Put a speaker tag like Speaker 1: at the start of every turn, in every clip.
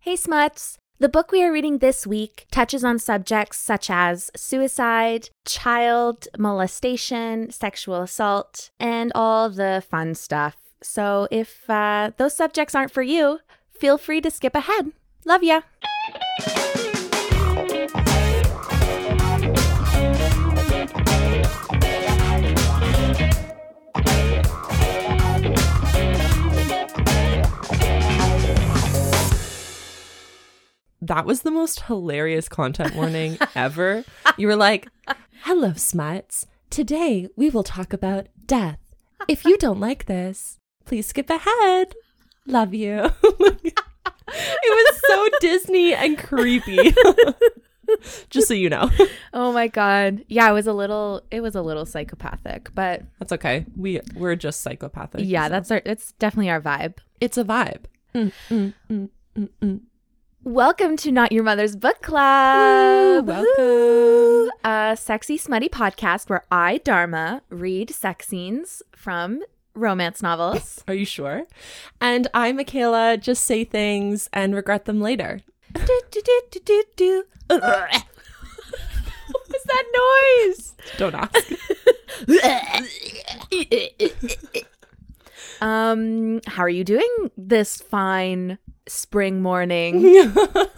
Speaker 1: Hey, Smuts! The book we are reading this week touches on subjects such as suicide, child molestation, sexual assault, and all the fun stuff. So if uh, those subjects aren't for you, feel free to skip ahead. Love ya!
Speaker 2: that was the most hilarious content warning ever. You were like, Hello, smuts. Today we will talk about death. If you don't like this, please skip ahead. Love you. it was so Disney and creepy. Just so you know,
Speaker 1: Oh my god. Yeah, it was a little it was a little psychopathic, but
Speaker 2: that's okay. We we're just psychopathic.
Speaker 1: yeah,
Speaker 2: so
Speaker 1: that's our it's definitely our vibe.
Speaker 2: it's a vibe. Mm, mm, mm, mm, mm.
Speaker 1: Welcome to Not Your Mother's Book Club.
Speaker 2: Ooh, welcome.
Speaker 1: A sexy, smutty podcast where I, Dharma, read sex scenes from romance novels.
Speaker 2: Are you sure? And I, Michaela, just say things and regret them later.
Speaker 1: do, do, do, do, do, do.
Speaker 2: Ugh.
Speaker 1: What was that noise?
Speaker 2: Don't ask.
Speaker 1: um, how are you doing this fine spring morning?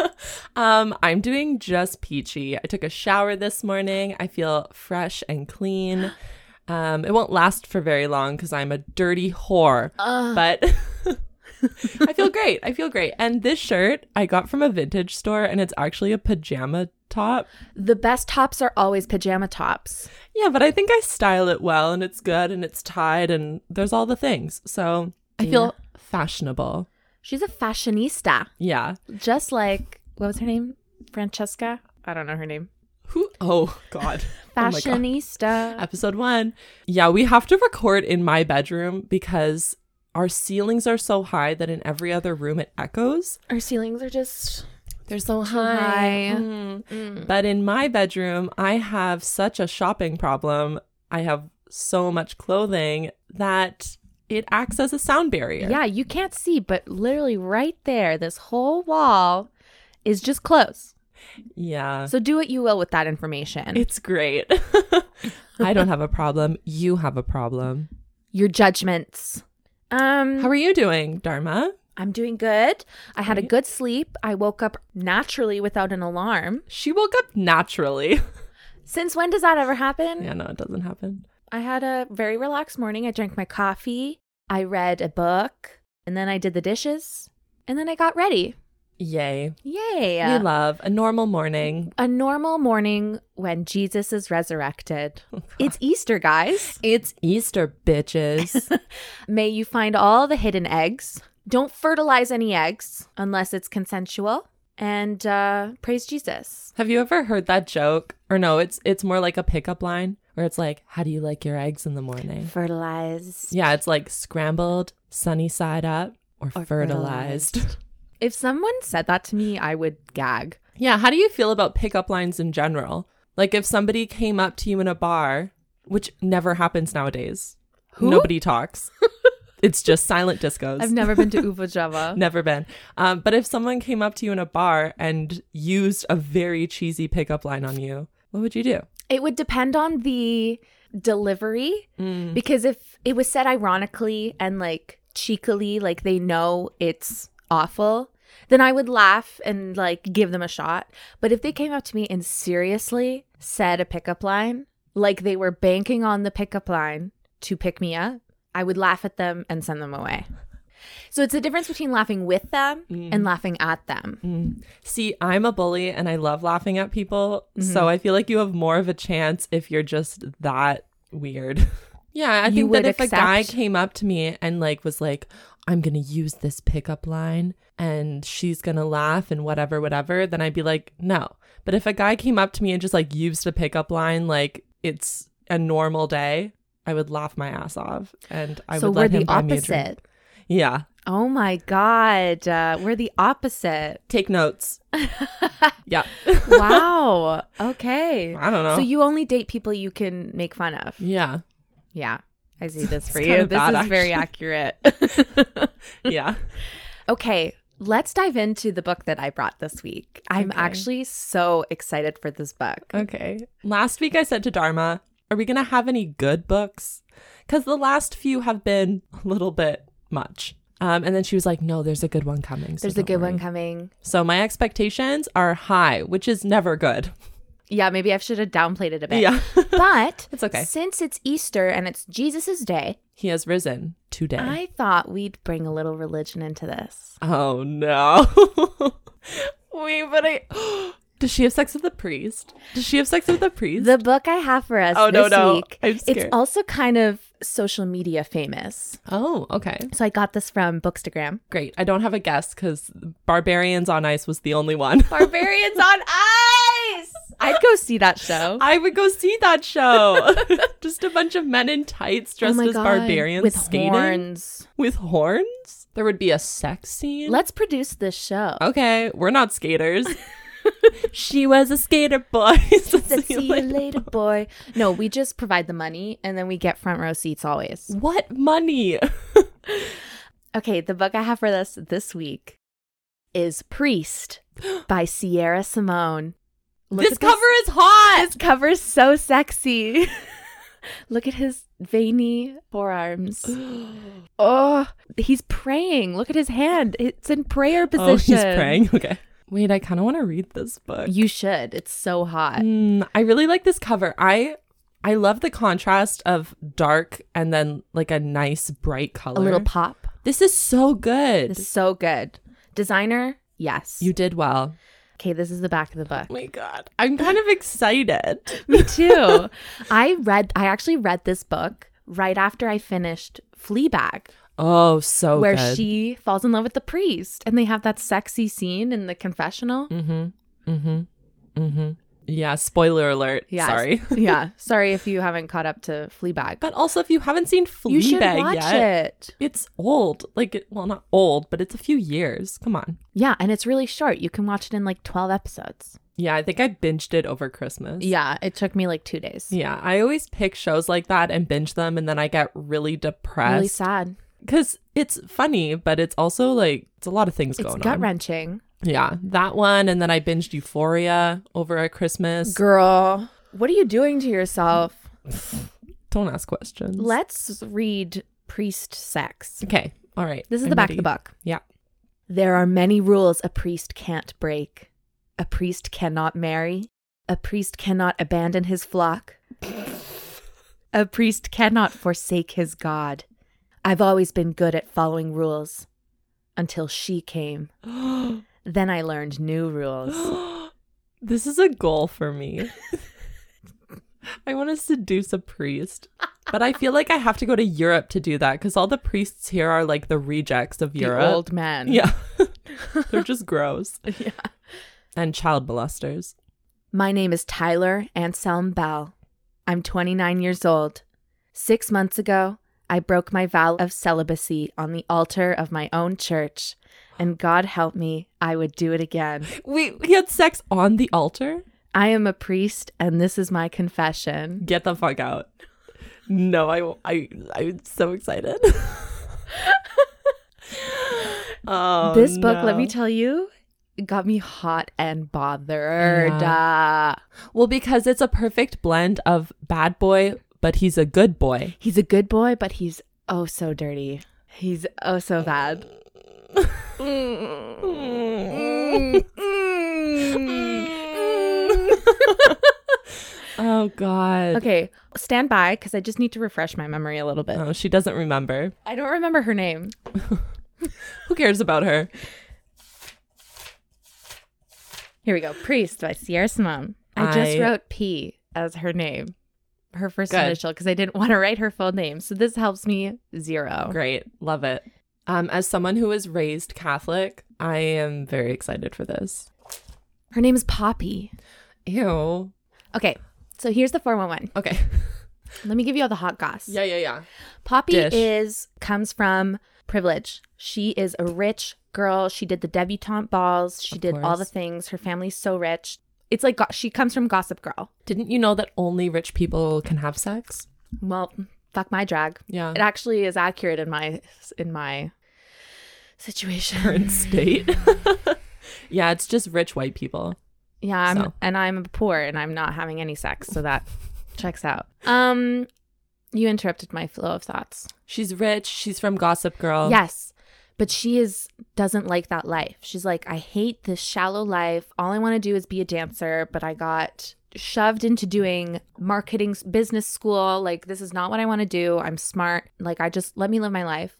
Speaker 2: um, I'm doing just peachy. I took a shower this morning. I feel fresh and clean. Um, it won't last for very long because I'm a dirty whore, but I feel great. I feel great. And this shirt I got from a vintage store, and it's actually a pajama top.
Speaker 1: The best tops are always pajama tops.
Speaker 2: Yeah, but I think I style it well, and it's good, and it's tied, and there's all the things. So I feel fashionable.
Speaker 1: She's a fashionista,
Speaker 2: Yeah.
Speaker 1: just like what was her name? Francesca? I don't know her name.
Speaker 2: Who? Oh God. Oh my God.
Speaker 1: Fashionista.
Speaker 2: episode one. Yeah, we have to record in my bedroom because our ceilings are so high that in every other room it echoes.
Speaker 1: Our ceilings are just
Speaker 2: They're so Mm.
Speaker 1: high. Mm-hmm.
Speaker 2: But in my bedroom, I have such a shopping problem. I have so much clothing that it acts as a sound barrier.
Speaker 1: yeah, you can't see, but literally right there, this whole wall is just clothes.
Speaker 2: Yeah.
Speaker 1: So do what you will with that information.
Speaker 2: It's great. I don't have a problem. You have a problem.
Speaker 1: Your judgments. Um,
Speaker 2: How are you doing, Dharma?
Speaker 1: I'm doing good. I had a
Speaker 2: Great.
Speaker 1: good sleep. I woke up naturally without an alarm.
Speaker 2: She woke up naturally.
Speaker 1: Since when does that ever happen?
Speaker 2: yeah, no, it doesn't happen.
Speaker 1: I had a very relaxed morning. I drank my coffee. I read a book, and then I did the dishes, and then I got ready.
Speaker 2: Yay.
Speaker 1: Yay!
Speaker 2: We love a normal morning.
Speaker 1: a normal morning when Jesus is resurrected.
Speaker 2: Oh,
Speaker 1: it's Easter, guys.
Speaker 2: It's Easter, bitches.
Speaker 1: May you find all the hidden eggs. Don't fertilize any eggs unless it's consensual. And uh, praise Jesus.
Speaker 2: Have you ever heard that joke? Or no, it's it's more like a pickup line where it's like, "How do you like your eggs in the morning?"
Speaker 1: Fertilize.
Speaker 2: Yeah, it's like scrambled, sunny side up, or, fertilized.
Speaker 1: If someone said that to me, I would gag.
Speaker 2: yeah, how do you feel about pickup lines in general? Like if somebody came up to you in a bar, which never happens nowadays.
Speaker 1: Who?
Speaker 2: Nobody talks. it's just silent discos.
Speaker 1: I've never been to Uva Java.
Speaker 2: Never been. Um, but if someone came up to you in a bar and used a very cheesy pickup line on you, what would you do?
Speaker 1: It would depend on the delivery
Speaker 2: Mm.
Speaker 1: because if it was said ironically and like cheekily, like they know it's awful, then I would laugh and like give them a shot. But if they came up to me and seriously said a pickup line, like they were banking on the pickup line to pick me up, I would laugh at them and send them away. So it's the difference between laughing with them
Speaker 2: Mm.
Speaker 1: and laughing at them.
Speaker 2: See, I'm a bully and I love laughing at people. So I feel like you have more of a chance if you're just that weird. Yeah, I
Speaker 1: You
Speaker 2: think
Speaker 1: would
Speaker 2: that if a guy
Speaker 1: accept-
Speaker 2: came up to me and like was like, I'm gonna use this pickup line and she's gonna laugh and whatever, whatever, then I'd be like, no. But if a guy came up to me and just like used a pickup line like it's a normal day, I would laugh my ass off and I
Speaker 1: so
Speaker 2: would
Speaker 1: we're
Speaker 2: let
Speaker 1: the
Speaker 2: him buy me a drink.
Speaker 1: opposite.
Speaker 2: Yeah.
Speaker 1: Oh my God. Uh, we're the opposite.
Speaker 2: Take notes. yeah.
Speaker 1: wow. Okay.
Speaker 2: I don't know.
Speaker 1: So you only date people you can make fun of.
Speaker 2: yeah.
Speaker 1: Yeah. I see this for
Speaker 2: It's
Speaker 1: you.
Speaker 2: kinda
Speaker 1: This
Speaker 2: bad,
Speaker 1: is very accurate.
Speaker 2: yeah.
Speaker 1: okay. Let's dive into the book that I brought this week. I'm
Speaker 2: Okay.
Speaker 1: actually so excited for this book.
Speaker 2: Okay. Last week I said to Dharma, are we going to have any good books? Because the last few have been a little bit much. Um, and then she was like, no, there's a good one coming. so
Speaker 1: There's a
Speaker 2: don't
Speaker 1: good
Speaker 2: worry."
Speaker 1: one coming.
Speaker 2: So my expectations are high, which is never good.
Speaker 1: Yeah, maybe I should have downplayed it a bit.
Speaker 2: Yeah.
Speaker 1: But
Speaker 2: It's okay.
Speaker 1: Since it's Easter and it's Jesus' day,
Speaker 2: he has risen today.
Speaker 1: I thought we'd bring a little religion into this.
Speaker 2: oh, no. Wait, but I. Does she have sex with the priest? Does she have sex with the priest?
Speaker 1: The book I have for us
Speaker 2: Oh, no,
Speaker 1: this
Speaker 2: no.
Speaker 1: week,
Speaker 2: I'm
Speaker 1: it's
Speaker 2: scared.
Speaker 1: also kind of social media famous.
Speaker 2: oh, okay.
Speaker 1: So I got this from Bookstagram.
Speaker 2: Great. I don't have a guess because Barbarians on Ice was the only one.
Speaker 1: Barbarians on Ice! I'd go see that show.
Speaker 2: I would go see that show. Just a bunch of men in tights dressed as barbarians
Speaker 1: Oh With
Speaker 2: skating
Speaker 1: horns.
Speaker 2: with horns. There would be a sex scene.
Speaker 1: Let's produce this show.
Speaker 2: okay, we're not skaters. she was a skater boy. So
Speaker 1: Said,
Speaker 2: see you
Speaker 1: see you
Speaker 2: later.
Speaker 1: later, boy. No, we just provide the money and then we get front row seats always.
Speaker 2: What money?
Speaker 1: Okay, the book I have for this this week is Priest by Sierra Simone. Look
Speaker 2: this
Speaker 1: at
Speaker 2: cover is hot.
Speaker 1: This cover's so sexy. Look at his veiny forearms. Oh, he's praying. Look at his hand. It's in prayer position.
Speaker 2: oh, he's praying. Okay. Wait, I kind of want to read this book.
Speaker 1: You should. It's so hot.
Speaker 2: Mm, I really like this cover. I I love the contrast of dark and then like a nice bright color.
Speaker 1: A little pop.
Speaker 2: This is so good.
Speaker 1: It's so good. Designer, yes.
Speaker 2: you did well.
Speaker 1: okay, this is the back of the book.
Speaker 2: my god. I'm kind of excited.
Speaker 1: Me too. I read. I actually read this book right after I finished Fleabag,
Speaker 2: Oh, so
Speaker 1: where
Speaker 2: good.
Speaker 1: she falls in love with the priest, and they have that sexy scene in the confessional.
Speaker 2: Mm-hmm. Mm-hmm. Mm-hmm. Yeah, spoiler alert.
Speaker 1: Yes.
Speaker 2: Sorry.
Speaker 1: yeah. Sorry if you haven't caught up to Fleabag.
Speaker 2: But also if you haven't seen Fleabag
Speaker 1: you should watch
Speaker 2: yet,
Speaker 1: it.
Speaker 2: it's old. Like it, well, not old, but it's a few years. Come on.
Speaker 1: Yeah, and it's really short. You can watch it in like twelve episodes.
Speaker 2: Yeah, I think I binged it over Christmas.
Speaker 1: Yeah, it took me like two days.
Speaker 2: Yeah, I always pick shows like that and binge them, and then I get really
Speaker 1: Really
Speaker 2: depressed
Speaker 1: sad.
Speaker 2: because it's funny, but it's also like it's a lot of things
Speaker 1: It's
Speaker 2: going
Speaker 1: gut
Speaker 2: on.
Speaker 1: wrenching.
Speaker 2: Yeah, that one, and then I binged Euphoria over at Christmas.
Speaker 1: Girl, what are you doing to yourself?
Speaker 2: Don't ask questions.
Speaker 1: Let's read Priest Sex.
Speaker 2: okay, all right.
Speaker 1: This is
Speaker 2: I'm
Speaker 1: the back of
Speaker 2: ready.
Speaker 1: the book.
Speaker 2: Yeah.
Speaker 1: There are many rules a priest can't break. A priest cannot marry. A priest cannot abandon his flock. a priest cannot forsake his God. I've always been good at following rules until she came. Then I learned new rules.
Speaker 2: this is a goal for me. I want to seduce a priest, but I feel like I have to go to Europe to do that because all the priests here are like the rejects of Europe.
Speaker 1: The old man.
Speaker 2: Yeah. They're just gross. yeah. And child molesters.
Speaker 1: My name is Tyler Anselm Bell. I'm 29 years old. Six months ago, I broke my vow of celibacy on the altar of my own church, and God help me, I would do it again.
Speaker 2: Wait, he had sex on the altar?
Speaker 1: I am a priest, and this is my confession.
Speaker 2: Get the fuck out. No, I, I, I'm so excited. oh,
Speaker 1: this book, let
Speaker 2: no.
Speaker 1: me tell you, got me hot and bothered. Uh,
Speaker 2: well, because it's a perfect blend of bad boy, but he's a good boy.
Speaker 1: he's a good boy, but he's oh so dirty. He's oh so bad.
Speaker 2: Mm. oh, God.
Speaker 1: Okay, stand by because I just need to refresh my memory a little bit.
Speaker 2: Oh, she doesn't remember.
Speaker 1: I don't remember her name.
Speaker 2: Who cares about her?
Speaker 1: Here we go. Priest by Sierra Simone. I, just
Speaker 2: I-
Speaker 1: wrote P as her name, her first
Speaker 2: Good.
Speaker 1: initial, because I didn't want to write her full name. So this helps me zero.
Speaker 2: Great. Love it. Um, as someone who was raised Catholic, I am very excited for this.
Speaker 1: Her name is Poppy.
Speaker 2: Ew.
Speaker 1: Okay, so here's the 411.
Speaker 2: Okay.
Speaker 1: Let me give you all the hot goss.
Speaker 2: Yeah, yeah, yeah.
Speaker 1: Poppy
Speaker 2: Dish.
Speaker 1: is comes from privilege. She is a rich girl. She did the debutante balls. She
Speaker 2: Of
Speaker 1: did all
Speaker 2: course.
Speaker 1: the things. Her family's so rich. It's like go- she comes from Gossip Girl.
Speaker 2: Didn't you know that only rich people can have sex?
Speaker 1: Well, fuck my drag.
Speaker 2: Yeah.
Speaker 1: It actually is accurate in my in my situation.
Speaker 2: current state. yeah, it's just rich white people.
Speaker 1: Yeah, I'm,
Speaker 2: So.
Speaker 1: and I'm poor and I'm not having any sex, so that checks out. Um, you interrupted my flow of thoughts.
Speaker 2: She's rich. She's from Gossip Girl.
Speaker 1: Yes. But she is doesn't like that life. She's like, I hate this shallow life. All I want to do is be a dancer, but I got shoved into doing marketing s- business school. Like this is not what I want to do. I'm smart. Like I just let me live my life.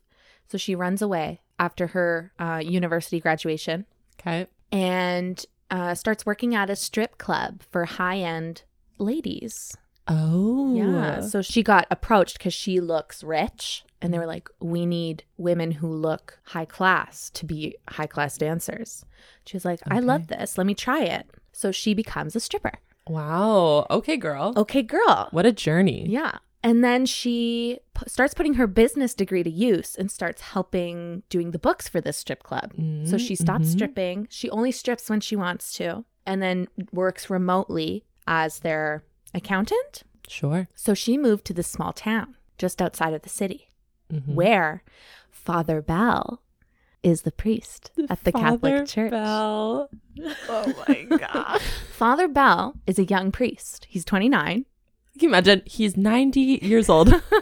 Speaker 1: So she runs away after her uh, university graduation
Speaker 2: Okay.
Speaker 1: and uh, starts working at a strip club for high end ladies.
Speaker 2: Oh.
Speaker 1: Yeah. So she got approached because she looks rich. And they were like, we need women who look high class to be high class dancers. She was like, I
Speaker 2: Okay.
Speaker 1: love this. Let me try it. So she becomes a stripper.
Speaker 2: Wow. Okay, girl.
Speaker 1: Okay, girl.
Speaker 2: What a journey.
Speaker 1: Yeah. And then she p- starts putting her business degree to use and starts helping doing the books for this strip club.
Speaker 2: Mm,
Speaker 1: So she stops
Speaker 2: mhm.
Speaker 1: stripping. She only strips when she wants to and then works remotely as their accountant.
Speaker 2: Sure.
Speaker 1: So she moved to this small town just outside of the city
Speaker 2: Mhm.
Speaker 1: where Father Bell is the priest at the
Speaker 2: Father
Speaker 1: Catholic Church.
Speaker 2: Bell. Oh my god.
Speaker 1: Father Bell is a young priest. He's 29.
Speaker 2: Can you imagine? He's 90 years old.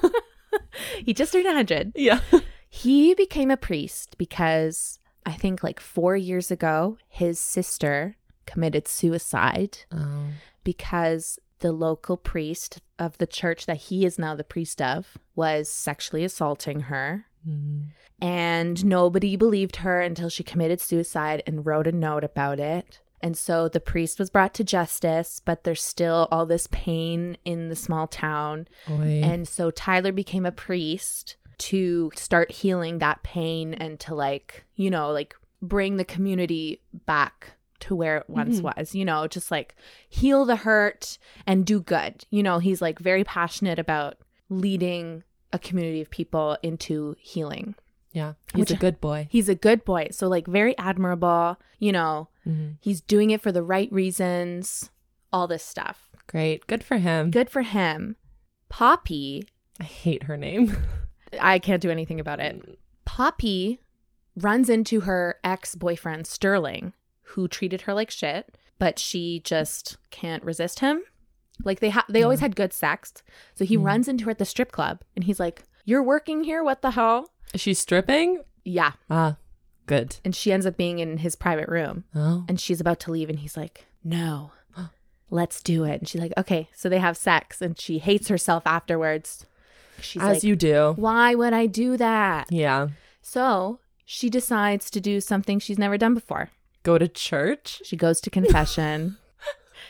Speaker 1: He just turned 100.
Speaker 2: yeah.
Speaker 1: He became a priest because I think like four years ago, his sister committed suicide
Speaker 2: Oh.
Speaker 1: because the local priest of the church that he is now the priest of was sexually assaulting her.
Speaker 2: Mm.
Speaker 1: And nobody believed her until she committed suicide and wrote a note about it. And so the priest was brought to justice, but there's still all this pain in the small town.
Speaker 2: Oy.
Speaker 1: And so Tyler became a priest to start healing that pain and to, like, you know, like bring the community back to where it once was, you know, just like heal the hurt and do good. You know, he's like very passionate about leading a community of people into healing.
Speaker 2: yeah. He's
Speaker 1: Which-
Speaker 2: a good boy.
Speaker 1: He's a good boy. So, like, very admirable, you know,
Speaker 2: Mhm.
Speaker 1: he's doing it for the right reasons, all this stuff.
Speaker 2: Great. Good for him.
Speaker 1: Good for him. Poppy
Speaker 2: I hate her name.
Speaker 1: I can't do anything about it. Poppy runs into her ex boyfriend, Sterling, who treated her like shit, but she just can't resist him. Like they ha- they always had good sex. So he
Speaker 2: Mm.
Speaker 1: runs into her at the strip club and he's like, You're working here? What the hell?
Speaker 2: Is she stripping?
Speaker 1: Yeah.
Speaker 2: Ah, good.
Speaker 1: And she ends up being in his private room
Speaker 2: Oh.
Speaker 1: and she's about to leave and he's like, No, let's do it. And she's like, Okay. So they have sex and she hates herself afterwards. She's
Speaker 2: As
Speaker 1: like,
Speaker 2: you do.
Speaker 1: Why would I do that?
Speaker 2: Yeah.
Speaker 1: So she decides to do something she's never done before.
Speaker 2: Go to church.
Speaker 1: She goes to confession.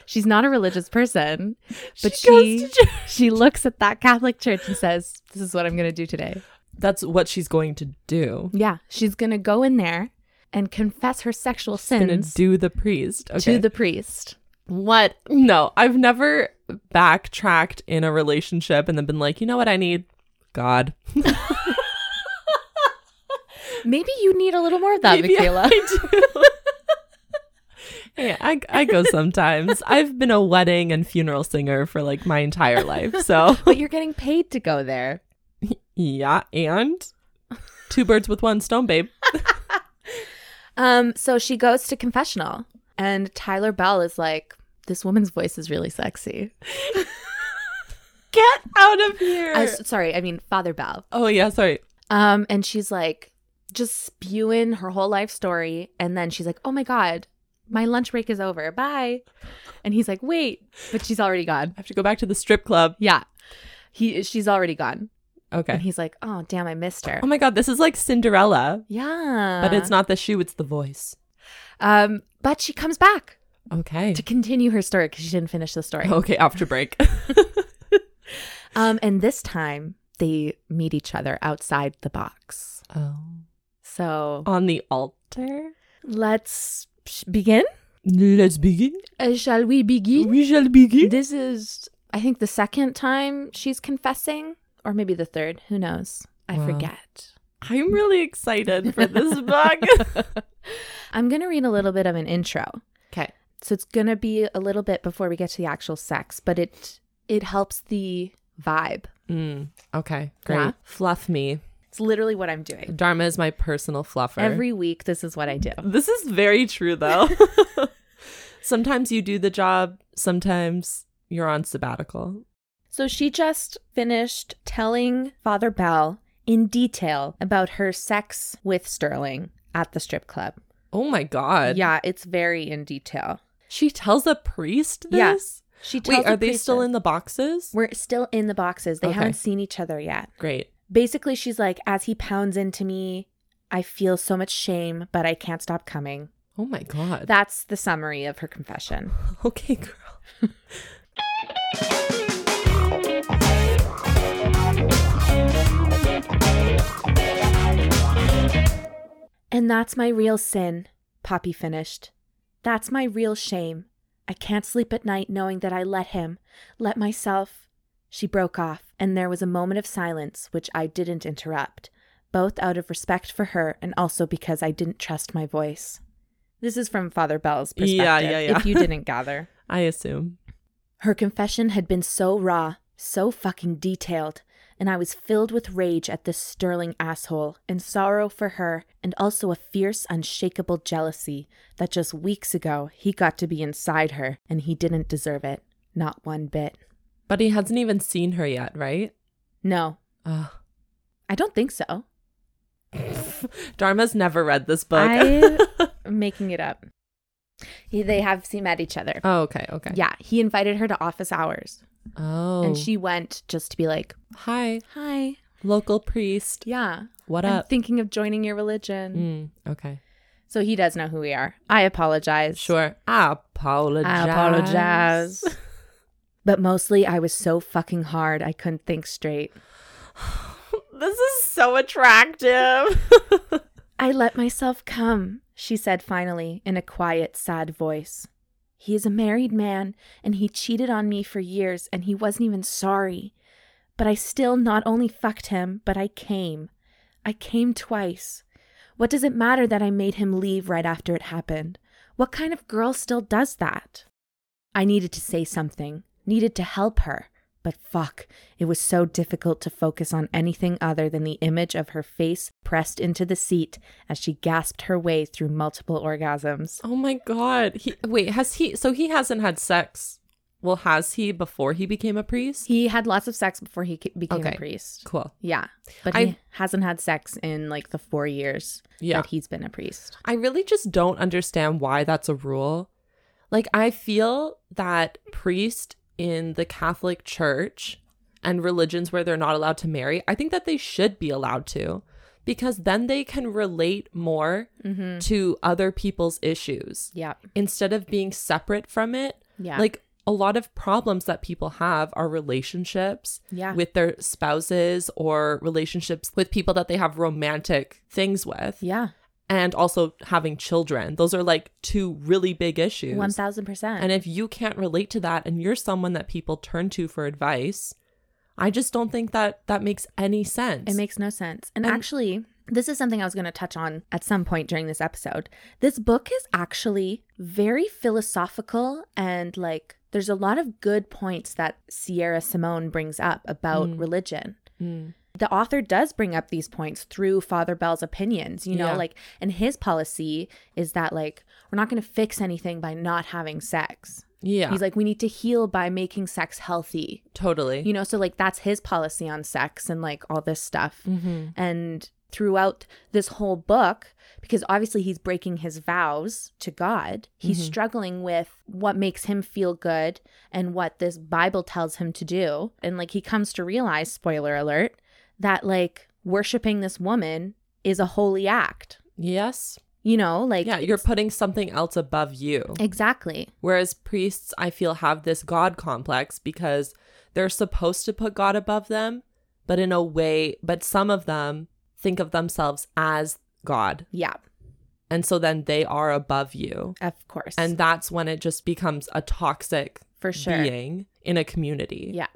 Speaker 1: she's not a religious person, but
Speaker 2: She goes
Speaker 1: she
Speaker 2: to church.
Speaker 1: she looks at that Catholic church and says, "This is what I'm going to do today."
Speaker 2: That's what she's going to do.
Speaker 1: Yeah, she's going to go in there and confess her sexual
Speaker 2: Gonna
Speaker 1: sins
Speaker 2: do the priest. Okay.
Speaker 1: to the priest.
Speaker 2: What? No, I've never backtracked in a relationship and then been like, you know what I need? God.
Speaker 1: Maybe you need a little more of that,
Speaker 2: Maybe
Speaker 1: Michaela.
Speaker 2: I do. hey, I, I go sometimes. I've been a wedding and funeral singer for like my entire life. So,
Speaker 1: but you're getting paid to go there.
Speaker 2: yeah. And two birds with one stone, babe.
Speaker 1: Um, so she goes to confessional, and Tyler Bell is like, "This woman's voice is really sexy."
Speaker 2: Get out of here.
Speaker 1: I s- sorry, I mean Father Bell.
Speaker 2: oh, yeah. Sorry.
Speaker 1: Um, and she's like just spewing her whole life story, and then she's like, "Oh my god, my lunch break is over. Bye." And he's like, "Wait," but she's already gone.
Speaker 2: I have to go back to the strip club.
Speaker 1: Yeah, he she's already gone, and
Speaker 2: Okay.
Speaker 1: he's like, "Oh damn, I missed her."
Speaker 2: Oh my God. This is like Cinderella,
Speaker 1: Yeah,
Speaker 2: but it's not the shoe, it's the voice.
Speaker 1: Um, but she comes back
Speaker 2: Okay.
Speaker 1: to continue her story because she didn't finish the story.
Speaker 2: Okay. After break.
Speaker 1: Um, and this time they meet each other outside the box.
Speaker 2: oh.
Speaker 1: So
Speaker 2: on the altar.
Speaker 1: let's begin.
Speaker 2: Let's begin.
Speaker 1: Uh, shall we begin?
Speaker 2: We shall begin.
Speaker 1: This is, I think, the second time she's confessing, or maybe the third. Who knows? I
Speaker 2: Wow.
Speaker 1: forget.
Speaker 2: I'm really excited for this book.
Speaker 1: I'm going to read a little bit of an intro.
Speaker 2: okay.
Speaker 1: So it's going to be a little bit before we get to the actual sex, but it it helps the vibe.
Speaker 2: Mm, okay. Great.
Speaker 1: Yeah.
Speaker 2: Fluff me.
Speaker 1: It's literally what I'm doing.
Speaker 2: Dharma is my personal fluffer.
Speaker 1: Every week, this is what I do.
Speaker 2: this is very true, though. sometimes you do the job, sometimes you're on sabbatical.
Speaker 1: So she just finished telling Father Bell in detail about her sex with Sterling at the strip club.
Speaker 2: Oh my God.
Speaker 1: Yeah, it's very in detail.
Speaker 2: She tells a priest
Speaker 1: Yeah.
Speaker 2: this?
Speaker 1: She tells
Speaker 2: Wait,
Speaker 1: the
Speaker 2: are they still
Speaker 1: priestess-
Speaker 2: in the boxes?
Speaker 1: We're still in the boxes. They
Speaker 2: Okay.
Speaker 1: haven't seen each other yet.
Speaker 2: Great.
Speaker 1: Basically, she's like, as he pounds into me, I feel so much shame, but I can't stop coming.
Speaker 2: Oh my God.
Speaker 1: That's the summary of her confession.
Speaker 2: okay, girl.
Speaker 1: And that's my real sin, Poppy finished. That's my real shame. I can't sleep at night knowing that I let him, let myself. She broke off, and there was a moment of silence which I didn't interrupt, both out of respect for her and also because I didn't trust my voice. This is from Father Bell's perspective,
Speaker 2: Yeah, yeah, yeah.
Speaker 1: if you didn't gather.
Speaker 2: I assume.
Speaker 1: Her confession had been so raw, so fucking detailed, and I was filled with rage at this sterling asshole and sorrow for her and also a fierce, unshakable jealousy that just weeks ago he got to be inside her and he didn't deserve it. Not one bit.
Speaker 2: But he hasn't even seen her yet, right?
Speaker 1: No,
Speaker 2: Ugh.
Speaker 1: I don't think so.
Speaker 2: Dharma's never read this book.
Speaker 1: I- I'm making it up. He- They have seen met each other.
Speaker 2: oh, okay, okay.
Speaker 1: Yeah, he invited her to office hours
Speaker 2: Oh.
Speaker 1: and she went just to be like,
Speaker 2: Hi,
Speaker 1: hi.
Speaker 2: local priest.
Speaker 1: Yeah.
Speaker 2: What
Speaker 1: I'm
Speaker 2: up?
Speaker 1: thinking of joining your religion.
Speaker 2: Mm, okay.
Speaker 1: So he does know who we are. I apologize.
Speaker 2: Sure. I apologize.
Speaker 1: I apologize. but mostly I was so fucking hard I couldn't think straight.
Speaker 2: This is so attractive.
Speaker 1: I let myself come, she said finally in a quiet, sad voice. He is a married man and he cheated on me for years and he wasn't even sorry. But I still not only fucked him, but I came. I came twice. What does it matter that I made him leave right after it happened? What kind of girl still does that? I needed to say something, needed to help her. But fuck, it was so difficult to focus on anything other than the image of her face pressed into the seat as she gasped her way through multiple orgasms.
Speaker 2: oh my god. He, wait, has he? So he hasn't had sex. Well, has he before he became a priest?
Speaker 1: He had lots of sex before he ca- became
Speaker 2: Okay.
Speaker 1: a priest.
Speaker 2: Cool.
Speaker 1: Yeah, but
Speaker 2: I-
Speaker 1: he hasn't had sex in like the four years
Speaker 2: Yeah.
Speaker 1: that he's been a priest.
Speaker 2: I really just don't understand why that's a rule. Like, I feel that priest in the Catholic Church and religions where they're not allowed to marry, I think that they should be allowed to because then they can relate more
Speaker 1: Mm-hmm.
Speaker 2: to other people's issues
Speaker 1: Yeah,
Speaker 2: instead of being separate from it.
Speaker 1: yeah,
Speaker 2: Like, a lot of problems that people have are relationships
Speaker 1: yeah,
Speaker 2: with their spouses or relationships with people that they have romantic things with
Speaker 1: yeah,
Speaker 2: and also having children. Those are like two really big issues.
Speaker 1: one thousand percent.
Speaker 2: and if you can't relate to that and you're someone that people turn to for advice, I just don't think that that makes any sense.
Speaker 1: It makes no sense. And,
Speaker 2: And-
Speaker 1: actually, this is something I was going to touch on at some point during this episode. This book is actually very philosophical and like there's a lot of good points that Sierra Simone brings up about
Speaker 2: Mm.
Speaker 1: religion.
Speaker 2: Mm.
Speaker 1: The author does bring up these points through Father Bell's opinions, you know,
Speaker 2: Yeah.
Speaker 1: like, and his policy is that, like, we're not going to fix anything by not having sex.
Speaker 2: yeah,
Speaker 1: He's like, we need to heal by making sex healthy,
Speaker 2: totally.
Speaker 1: you know, so, like, that's his policy on sex and, like, all this stuff
Speaker 2: hmm
Speaker 1: and throughout this whole book because obviously he's breaking his vows to God he's
Speaker 2: Mhm.
Speaker 1: struggling with what makes him feel good and what this bible tells him to do and like he comes to realize spoiler alert that like worshiping this woman is a holy act
Speaker 2: Yes.
Speaker 1: you know like
Speaker 2: Yeah, you're putting something else above you.
Speaker 1: exactly
Speaker 2: Whereas priests, I feel, have this God complex because they're supposed to put God above them, but in a way, but some of them think of themselves as God.
Speaker 1: yeah
Speaker 2: And so then they are above you.
Speaker 1: of course
Speaker 2: And that's when it just becomes a toxic
Speaker 1: for sure
Speaker 2: being in a community.
Speaker 1: yeah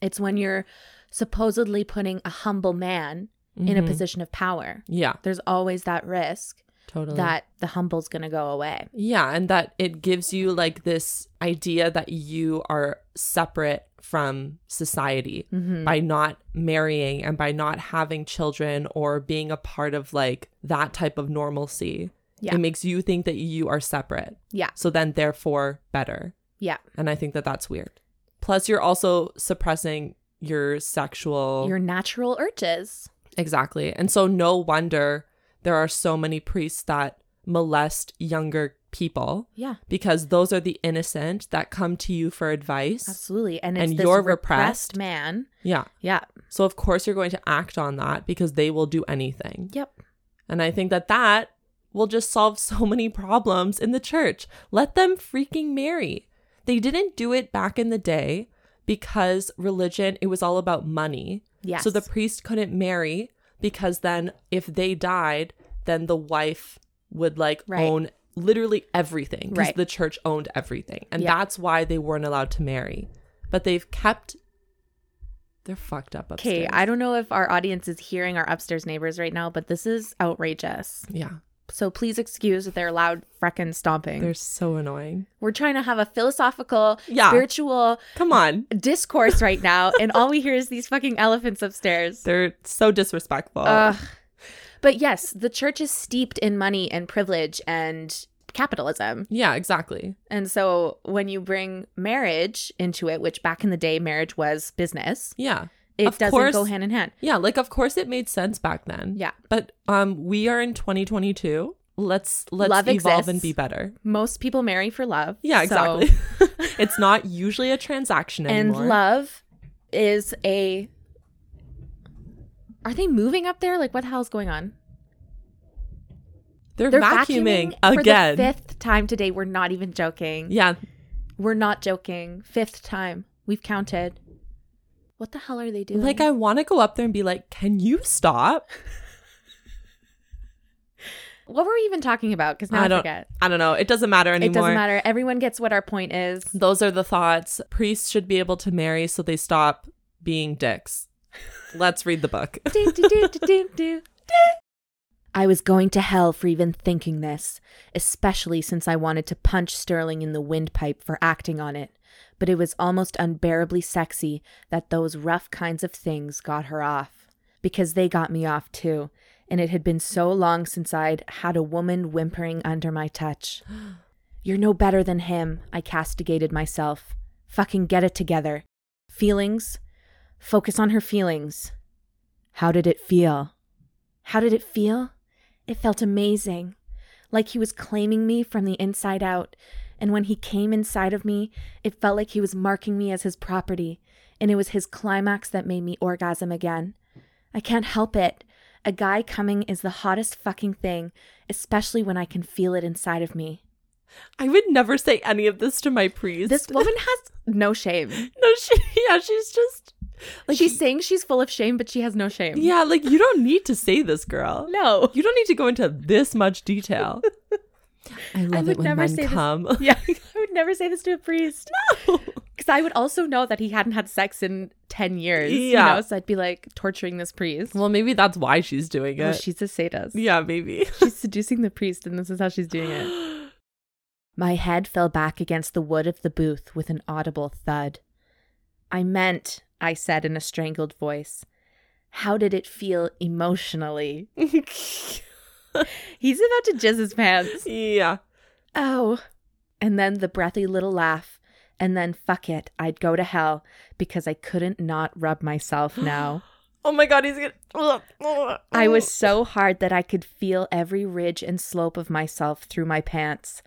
Speaker 1: it's when you're supposedly putting a humble man in a
Speaker 2: Mhm.
Speaker 1: position of power
Speaker 2: Yeah.
Speaker 1: there's always that risk
Speaker 2: Totally.
Speaker 1: that the humble's going to go away.
Speaker 2: Yeah, and that it gives you like this idea that you are separate from society
Speaker 1: Mhm.
Speaker 2: by not marrying and by not having children or being a part of like that type of normalcy.
Speaker 1: Yeah.
Speaker 2: It makes you think that you are separate.
Speaker 1: Yeah.
Speaker 2: So then, therefore, better.
Speaker 1: Yeah.
Speaker 2: And I think that that's weird. Plus, you're also suppressing your sexual.
Speaker 1: Your natural urges.
Speaker 2: Exactly. And so, no wonder there are so many priests that molest younger people
Speaker 1: Yeah,
Speaker 2: because those are the innocent that come to you for advice.
Speaker 1: absolutely. And it's
Speaker 2: And
Speaker 1: this
Speaker 2: you're
Speaker 1: repressed,
Speaker 2: repressed.
Speaker 1: man.
Speaker 2: Yeah.
Speaker 1: Yeah.
Speaker 2: So, of course, you're going to act on that because they will do anything.
Speaker 1: Yep.
Speaker 2: And I think that that will just solve so many problems in the church. Let them freaking marry. They didn't do it back in the day because religion, it was all about money.
Speaker 1: Yes.
Speaker 2: So the priest couldn't marry because then if they died, then the wife would like
Speaker 1: Right.
Speaker 2: own literally everything because
Speaker 1: Right.
Speaker 2: the church owned everything. And
Speaker 1: Yeah.
Speaker 2: that's why they weren't allowed to marry. But they've kept they're fucked up upstairs.
Speaker 1: Okay, I don't know if our audience is hearing our upstairs neighbors right now, but this is outrageous.
Speaker 2: yeah,
Speaker 1: So please excuse their loud freckin' stomping.
Speaker 2: they're so annoying.
Speaker 1: We're trying to have a philosophical,
Speaker 2: Yeah.
Speaker 1: spiritual
Speaker 2: Come on.
Speaker 1: discourse right now, and all we hear is these fucking elephants upstairs.
Speaker 2: They're so disrespectful.
Speaker 1: Ugh. But yes, the church is steeped in money and privilege and capitalism.
Speaker 2: yeah, exactly.
Speaker 1: And so when you bring marriage into it, which back in the day marriage was business,
Speaker 2: Yeah.
Speaker 1: it
Speaker 2: Of
Speaker 1: doesn't
Speaker 2: course.
Speaker 1: go hand in hand.
Speaker 2: Yeah, like of course it made sense back then.
Speaker 1: Yeah.
Speaker 2: But um we are in 2022. Let's let's
Speaker 1: Love
Speaker 2: evolve
Speaker 1: exists.
Speaker 2: and be better.
Speaker 1: Most people marry for love.
Speaker 2: Yeah,
Speaker 1: so-
Speaker 2: exactly. it's not usually a transaction
Speaker 1: and
Speaker 2: anymore.
Speaker 1: love is a are they moving up there like what the hell's going on
Speaker 2: They're,
Speaker 1: they're
Speaker 2: vacuuming,
Speaker 1: for
Speaker 2: again.
Speaker 1: the fifth time today we're not even joking
Speaker 2: yeah,
Speaker 1: we're not joking fifth time we've counted what the hell are they doing
Speaker 2: like I want to go up there and be like, "Can you stop?"
Speaker 1: what were we even talking about because now i,
Speaker 2: I don't.
Speaker 1: forget
Speaker 2: I don't know. It doesn't matter anymore.
Speaker 1: it doesn't matter everyone gets what our point is
Speaker 2: Those are the thoughts. Priests should be able to marry so they stop being dicks. Let's read the book.
Speaker 1: do, do, do, do, do, do. I was going to hell for even thinking this, especially since I wanted to punch Sterling in the windpipe for acting on it. But it was almost unbearably sexy that those rough kinds of things got her off. Because they got me off too, and it had been so long since I'd had a woman whimpering under my touch. You're no better than him, I castigated myself. Fucking get it together. Feelings? Focus on her feelings. How did it feel? How did it feel? It felt amazing. Like he was claiming me from the inside out. And when he came inside of me, it felt like he was marking me as his property. And it was his climax that made me orgasm again. I can't help it. A guy coming is the hottest fucking thing, especially when I can feel it inside of me.
Speaker 2: I would never say any of this to my priest.
Speaker 1: This woman has no shame.
Speaker 2: no, she. Yeah, she's just like
Speaker 1: she's saying she's full of shame, but she has no shame.
Speaker 2: Yeah, like you don't need to say this, girl.
Speaker 1: No.
Speaker 2: You don't need to go into this much detail. I love
Speaker 1: would
Speaker 2: it when
Speaker 1: never
Speaker 2: men
Speaker 1: say this-
Speaker 2: come.
Speaker 1: Yeah, I would never say this to a priest.
Speaker 2: No.
Speaker 1: Because I would also know that he hadn't had sex in 10 years. You
Speaker 2: Yeah.
Speaker 1: know, so I'd be like torturing this priest.
Speaker 2: Well, maybe that's why she's doing it.
Speaker 1: Oh, she's a sadist.
Speaker 2: yeah, maybe.
Speaker 1: She's seducing the priest, and this is how she's doing it. My head fell back against the wood of the booth with an audible thud. I meant, I said in a strangled voice, how did it feel emotionally? He's about to jizz his pants.
Speaker 2: yeah.
Speaker 1: Oh. And then the breathy little laugh. And then fuck it, I'd go to hell because I couldn't not rub myself now.
Speaker 2: Oh my god, he's gonna.
Speaker 1: I was so hard that I could feel every ridge and slope of myself through my pants.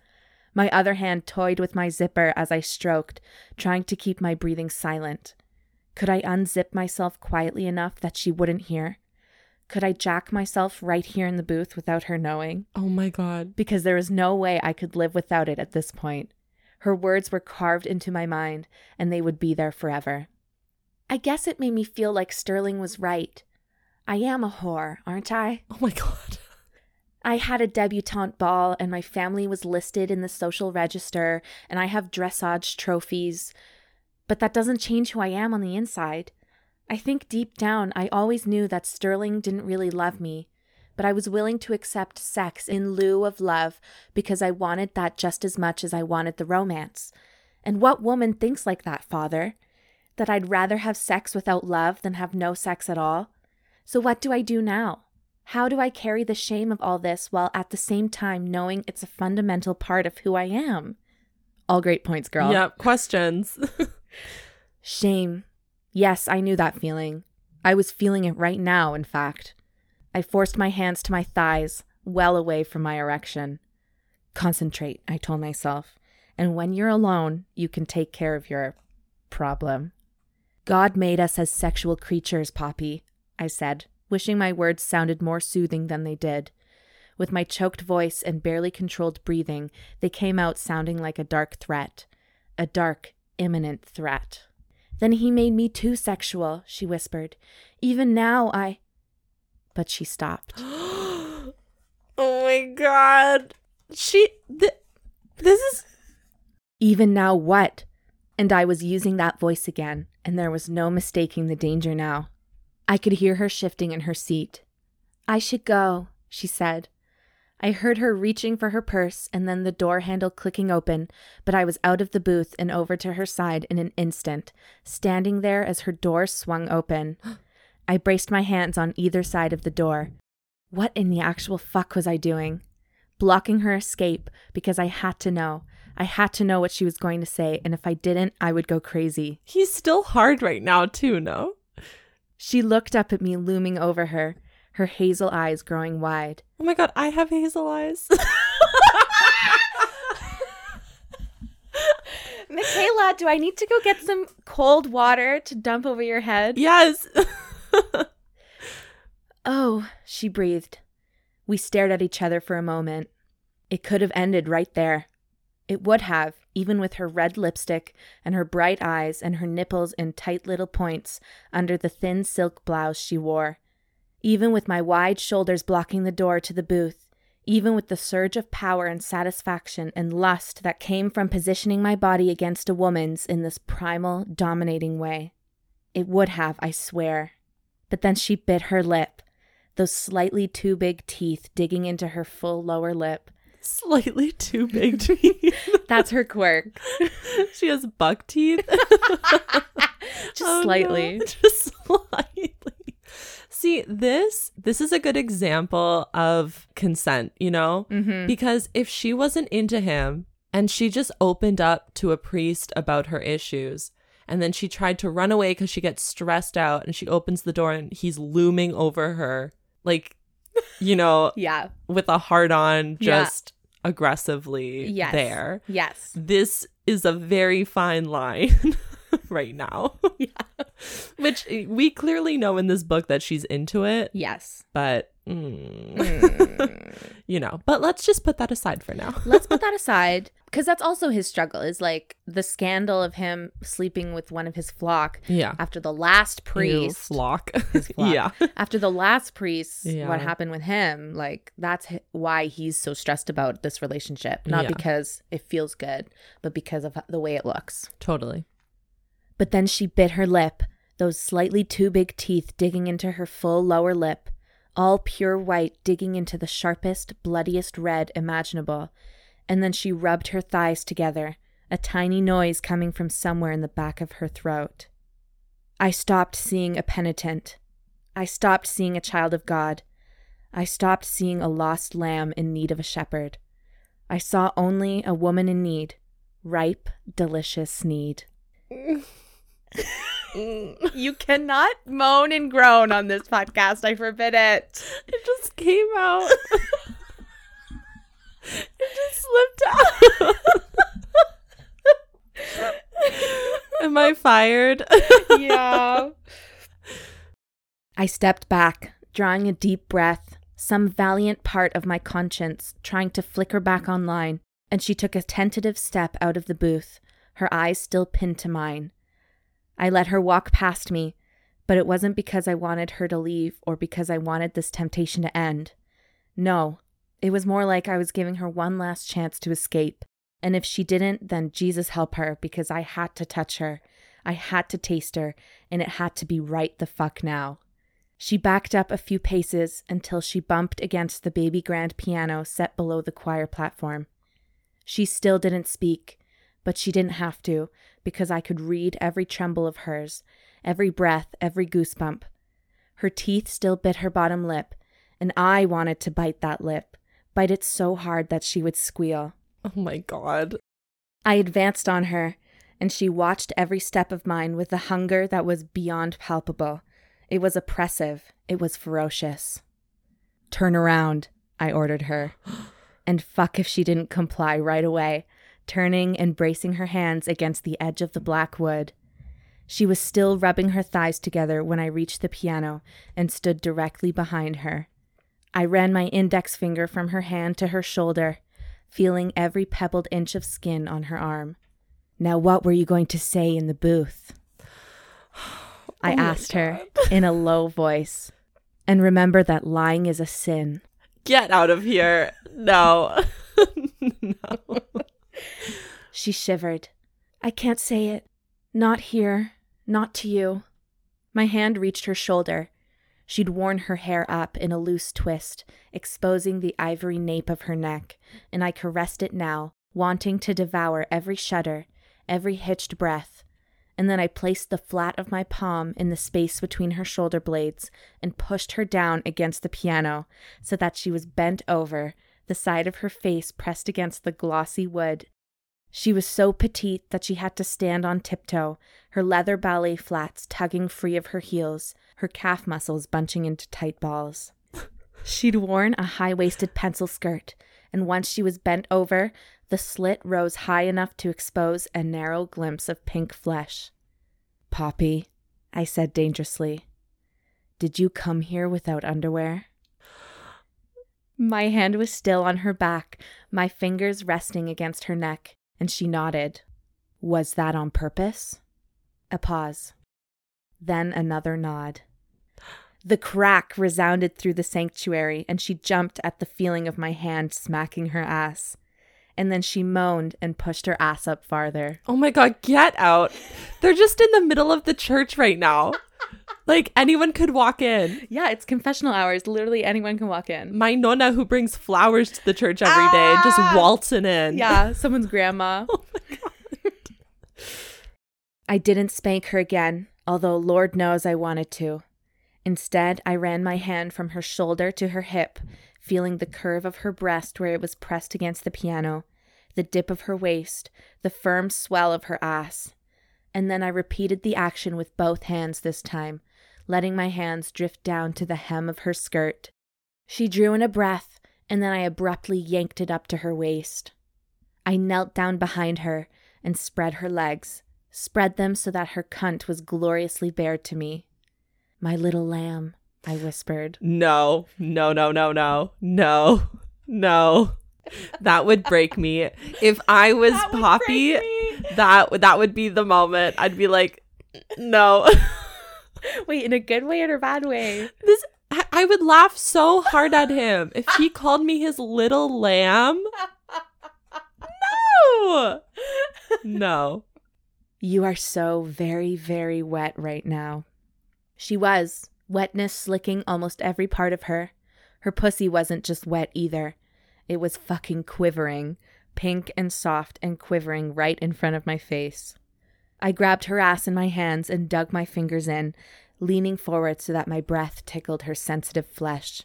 Speaker 1: My other hand toyed with my zipper as I stroked, trying to keep my breathing silent. Could I unzip myself quietly enough that she wouldn't hear? Could I jack myself right here in the booth without her knowing?
Speaker 2: Oh my god.
Speaker 1: because there was no way I could live without it at this point. Her words were carved into my mind, and they would be there forever. I guess it made me feel like Sterling was right. I am a whore, aren't I?
Speaker 2: Oh my god.
Speaker 1: I had a debutante ball, and my family was listed in the social register, and I have dressage trophies. But that doesn't change who I am on the inside. I think deep down, I always knew that Sterling didn't really love me, but I was willing to accept sex in lieu of love because I wanted that just as much as I wanted the romance. And what woman thinks like that, father? That I'd rather have sex without love than have no sex at all? So what do I do now? How do I carry the shame of all this while at the same time knowing it's a fundamental part of who I am? All great points, girl.
Speaker 2: Yep. Questions.
Speaker 1: Shame. Yes, I knew that feeling. I was feeling it right now, in fact. I forced my hands to my thighs, well away from my erection. Concentrate, I told myself. And when you're alone, you can take care of your problem. God made us as sexual creatures, Poppy, I said, wishing my words sounded more soothing than they did. With my choked voice and barely controlled breathing, they came out sounding like a dark threat. A dark, imminent threat. Then he made me too sexual, she whispered. Even now I. But she stopped.
Speaker 2: oh my god. She. Th- this is.
Speaker 1: Even now what? And I was using that voice again, and there was no mistaking the danger now. I could hear her shifting in her seat. I should go, she said. I heard her reaching for her purse and then the door handle clicking open, but I was out of the booth and over to her side in an instant, standing there as her door swung open. I braced my hands on either side of the door. What in the actual fuck was I doing? Blocking her escape because I had to know. I had to know what she was going to say, and if I didn't, I would go crazy.
Speaker 2: He's still hard right now, too, no?
Speaker 1: She looked up at me, looming over her, her hazel eyes growing wide.
Speaker 2: Oh my god, I have hazel eyes.
Speaker 1: Michaela, do I need to go get some cold water to dump over your head?
Speaker 2: yes.
Speaker 1: Oh, she breathed. We stared at each other for a moment. It could have ended right there. It would have, even with her red lipstick and her bright eyes and her nipples in tight little points under the thin silk blouse she wore. Even with my wide shoulders blocking the door to the booth, even with the surge of power and satisfaction and lust that came from positioning my body against a woman's in this primal, dominating way. It would have, I swear. But then she bit her lip, those slightly too big teeth digging into her full lower lip.
Speaker 2: Slightly too big teeth.
Speaker 1: That's her quirk.
Speaker 2: she has buck teeth.
Speaker 1: Just
Speaker 2: Oh, no.
Speaker 1: slightly.
Speaker 2: Just slightly. See, this this is a good example of consent, you know?
Speaker 1: Mm-hmm.
Speaker 2: Because if she wasn't into him and she just opened up to a priest about her issues and then she tried to run away because she gets stressed out and she opens the door and he's looming over her, like, you know,
Speaker 1: Yeah.
Speaker 2: with a hard on,
Speaker 1: Yeah.
Speaker 2: just aggressively
Speaker 1: Yes.
Speaker 2: there.
Speaker 1: Yes.
Speaker 2: This is a very fine line right now.
Speaker 1: Yeah.
Speaker 2: Which we clearly know in this book that she's into it,
Speaker 1: Yes.
Speaker 2: but. mm,
Speaker 1: Hmm.
Speaker 2: you know, but let's just put that aside for now.
Speaker 1: Let's put that aside because that's also his struggle is like the scandal of him sleeping with one of his flock
Speaker 2: Yeah.
Speaker 1: after the last priest.
Speaker 2: flock.
Speaker 1: flock.
Speaker 2: yeah.
Speaker 1: After the last priest,
Speaker 2: Yeah.
Speaker 1: what happened with him? Like that's h- why he's so stressed about this relationship, not
Speaker 2: Yeah.
Speaker 1: because it feels good, but because of the way it looks.
Speaker 2: Totally.
Speaker 1: But then she bit her lip, those slightly too big teeth digging into her full lower lip, all pure white digging into the sharpest, bloodiest red imaginable. And then she rubbed her thighs together, a tiny noise coming from somewhere in the back of her throat. I stopped seeing a penitent. I stopped seeing a child of God. I stopped seeing a lost lamb in need of a shepherd. I saw only a woman in need, ripe, delicious need. You cannot moan and groan on this podcast. I forbid it.
Speaker 2: It just came out. it just slipped out. Am I fired?
Speaker 1: Yeah. I stepped back, drawing a deep breath, some valiant part of my conscience trying to flicker back online, and she took a tentative step out of the booth, her eyes still pinned to mine. I let her walk past me, but it wasn't because I wanted her to leave or because I wanted this temptation to end. No, it was more like I was giving her one last chance to escape. And if she didn't, then Jesus help her because I had to touch her. I had to taste her, and it had to be right the fuck now. She backed up a few paces until she bumped against the baby grand piano set below the choir platform. She still didn't speak, but she didn't have to, because I could read every tremble of hers, every breath, every goosebump. Her teeth still bit her bottom lip, and I wanted to bite that lip, bite it so hard that she would squeal.
Speaker 2: Oh my god.
Speaker 1: I advanced on her, and she watched every step of mine with a hunger that was beyond palpable. It was oppressive, it was ferocious. Turn around, I ordered her. And fuck if she didn't comply right away, turning and bracing her hands against the edge of the black wood. She was still rubbing her thighs together when I reached the piano and stood directly behind her. I ran my index finger from her hand to her shoulder, feeling every pebbled inch of skin on her arm. Now, what were you going to say in the booth? I
Speaker 2: Oh my
Speaker 1: asked her in a low voice. And remember that lying is a sin.
Speaker 2: Get out of here. No.
Speaker 1: She shivered. I can't say it. Not here. Not to you. My hand reached her shoulder. She'd worn her hair up in a loose twist, exposing the ivory nape of her neck, and I caressed it now, wanting to devour every shudder, every hitched breath. And then I placed the flat of my palm in the space between her shoulder blades and pushed her down against the piano so that she was bent over, the side of her face pressed against the glossy wood she was so petite that she had to stand on tiptoe, her leather ballet flats tugging free of her heels, her calf muscles bunching into tight balls. She'd worn a high waisted pencil skirt, and once she was bent over, the slit rose high enough to expose a narrow glimpse of pink flesh. Poppy, I said dangerously, did you come here without underwear? My hand was still on her back, my fingers resting against her neck, and she nodded. Was that on purpose? A pause. Then another nod. The crack resounded through the sanctuary, and she jumped at the feeling of my hand smacking her ass. And then she moaned and pushed her ass up farther.
Speaker 2: Oh my god, get out. They're just in the middle of the church right now. Like anyone could walk in.
Speaker 1: Yeah, it's confessional hours. Literally anyone can walk in.
Speaker 2: My nonna who brings flowers to the church every day just
Speaker 1: Ah!
Speaker 2: waltzing in.
Speaker 1: Yeah, someone's grandma. I didn't spank her again, although Lord knows I wanted to. Instead, I ran my hand from her shoulder to her hip, feeling the curve of her breast where it was pressed against the piano, the dip of her waist, the firm swell of her ass. And then I repeated the action with both hands this time, letting my hands drift down to the hem of her skirt. She drew in a breath, and then I abruptly yanked it up to her waist. I knelt down behind her and spread her legs, spread them so that her cunt was gloriously bare to me. My little lamb, I whispered.
Speaker 2: No, no, no, no, no, no, no. That would break me. If I was Poppy, that would that would be the moment. I'd be like, no.
Speaker 1: Wait, in a good way or a bad way?
Speaker 2: This I- I would laugh so hard at him if he called me his little lamb. No. No.
Speaker 1: You are so very, very wet right now. She was, wetness slicking almost every part of her. Her pussy wasn't just wet either. It was fucking quivering, pink and soft and quivering right in front of my face. I grabbed her ass in my hands and dug my fingers in, leaning forward so that my breath tickled her sensitive flesh.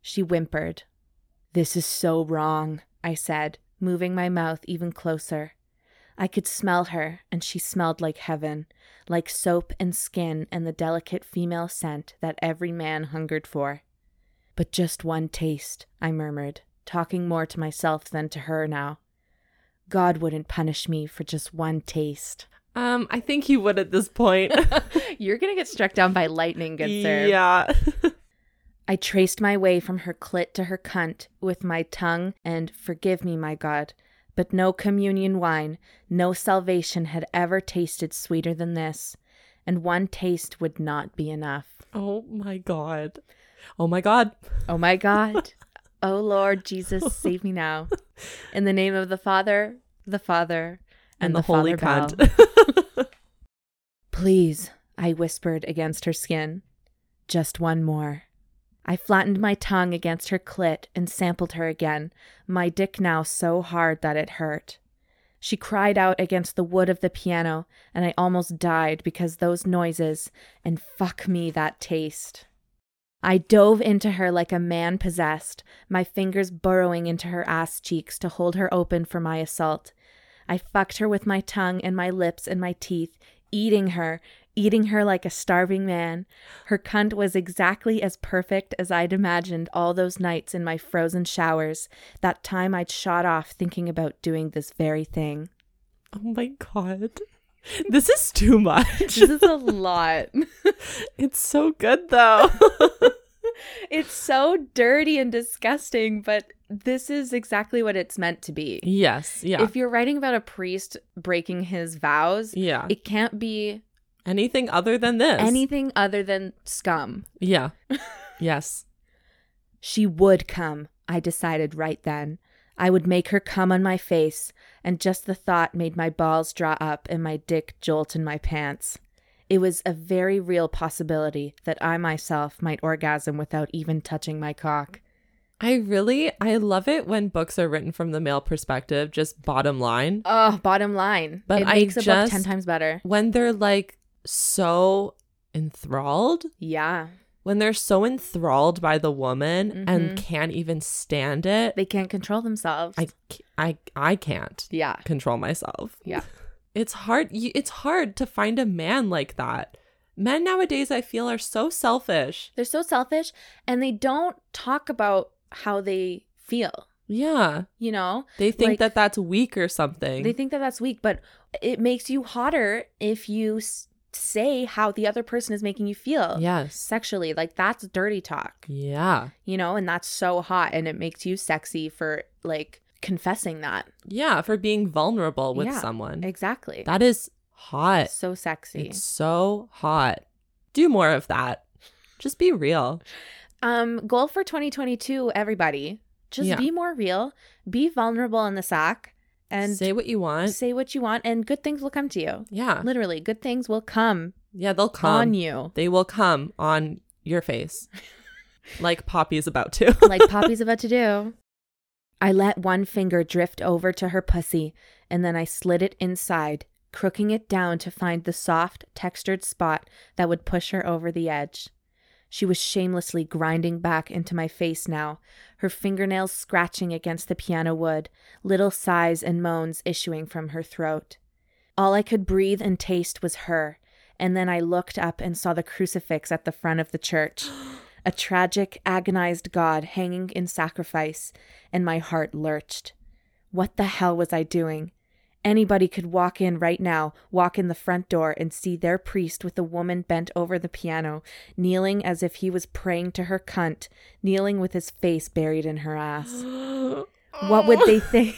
Speaker 1: She whimpered. This is so wrong, I said, moving my mouth even closer. I could smell her, and she smelled like heaven, like soap and skin and the delicate female scent that every man hungered for. But just one taste, I murmured, talking more to myself than to her now. God wouldn't punish me for just one taste.
Speaker 2: Um, I think he would at this point.
Speaker 1: You're gonna get struck down by lightning, good sir.
Speaker 2: Yeah.
Speaker 1: I traced my way from her clit to her cunt with my tongue, and forgive me, my God, but no communion wine, no salvation had ever tasted sweeter than this, and one taste would not be enough.
Speaker 2: Oh my god. Oh my god.
Speaker 1: Oh my God. oh Lord Jesus, save me now. In the name of the Father, the Father, and,
Speaker 2: And, the, holy
Speaker 1: Father Bell.
Speaker 2: cunt.
Speaker 1: Please, I whispered against her skin. Just one more. I flattened my tongue against her clit and sampled her again, my dick now so hard that it hurt. She cried out against the wood of the piano, and I almost died because those noises, and fuck me that taste. I dove into her like a man possessed, my fingers burrowing into her ass cheeks to hold her open for my assault. I fucked her with my tongue and my lips and my teeth, eating her, eating her like a starving man. Her cunt was exactly as perfect as I'd imagined all those nights in my frozen showers, that time I'd shot off thinking about doing this very thing.
Speaker 2: Oh my god. This is too much.
Speaker 1: This is a lot.
Speaker 2: It's so good though.
Speaker 1: it's so dirty and disgusting, but this is exactly what it's meant to be.
Speaker 2: yes, yeah.
Speaker 1: If you're writing about a priest breaking his vows,
Speaker 2: yeah.
Speaker 1: it can't be
Speaker 2: Anything other than this.
Speaker 1: anything other than scum.
Speaker 2: Yeah. yes.
Speaker 1: She would come, I decided right then. I would make her come on my face, and just the thought made my balls draw up and my dick jolt in my pants. It was a very real possibility that I myself might orgasm without even touching my cock.
Speaker 2: I really I love it when books are written from the male perspective, just bottom line.
Speaker 1: Oh, bottom line.
Speaker 2: But
Speaker 1: it
Speaker 2: I
Speaker 1: makes a book
Speaker 2: just-
Speaker 1: ten times better.
Speaker 2: When they're like so enthralled,
Speaker 1: Yeah.
Speaker 2: when they're so enthralled by the woman and can't even stand it,
Speaker 1: They can't control themselves.
Speaker 2: I c- I I can't
Speaker 1: yeah.
Speaker 2: control myself.
Speaker 1: Yeah.
Speaker 2: It's hard you, it's hard to find a man like that. Men nowadays I feel are so selfish.
Speaker 1: They're so selfish and they don't talk about how they feel,
Speaker 2: Yeah.
Speaker 1: you know?
Speaker 2: They think
Speaker 1: Like-
Speaker 2: that that's weak or something.
Speaker 1: They think that that's weak, but it makes you hotter if you s- say how the other person is making you feel
Speaker 2: yes.
Speaker 1: sexually. Like that's dirty talk,
Speaker 2: Yeah.
Speaker 1: you know, and that's so hot and it makes you sexy for like confessing that.
Speaker 2: Yeah, for being vulnerable with
Speaker 1: Yeah,
Speaker 2: someone.
Speaker 1: Exactly.
Speaker 2: That is hot.
Speaker 1: so sexy.
Speaker 2: Mm. It's so hot. Do more of that. Just be real.
Speaker 1: Um goal for 2022 everybody, just
Speaker 2: Yeah.
Speaker 1: be more real, be vulnerable in the sack
Speaker 2: And
Speaker 1: and
Speaker 2: say what you want.
Speaker 1: say what you want and good things will come to you.
Speaker 2: yeah.
Speaker 1: Literally, good things will come,
Speaker 2: Yeah, they'll
Speaker 1: on
Speaker 2: come.
Speaker 1: you.
Speaker 2: They will come on your face. like Poppy's about to.
Speaker 1: like Poppy's about to do. I let one finger drift over to her pussy, and then I slid it inside, crooking it down to find the soft, textured spot that would push her over the edge. She was shamelessly grinding back into my face now, her fingernails scratching against the piano wood, little sighs and moans issuing from her throat. All I could breathe and taste was her, and then I looked up and saw the crucifix at the front of the church a tragic, agonized God hanging in sacrifice, and my heart lurched. What the hell was I doing? Anybody could walk in right now, walk in the front door, and see their priest with a woman bent over the piano, kneeling as if he was praying to her cunt, kneeling with his face buried in her ass. What would they think?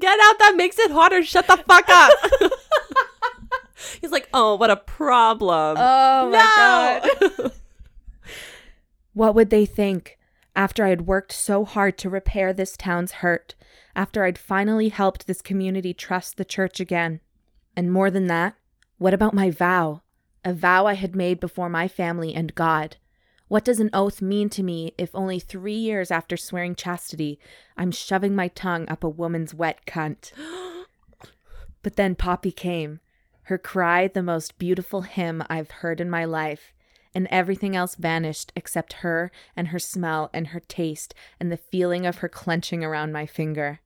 Speaker 2: Get out. That makes it hotter. Shut the fuck up. He's like, oh, what a problem.
Speaker 1: Oh
Speaker 2: no.
Speaker 1: What would they think after I had worked so hard to repair this town's hurt, after I'd finally helped this community trust the church again? And more than that, what about my vow? A vow I had made before my family and God. What does an oath mean to me if only three years after swearing chastity, I'm shoving my tongue up a woman's wet cunt? But then Poppy came, her cry the most beautiful hymn I've heard in my life, and everything else vanished except her and her smell and her taste and the feeling of her clenching around my finger.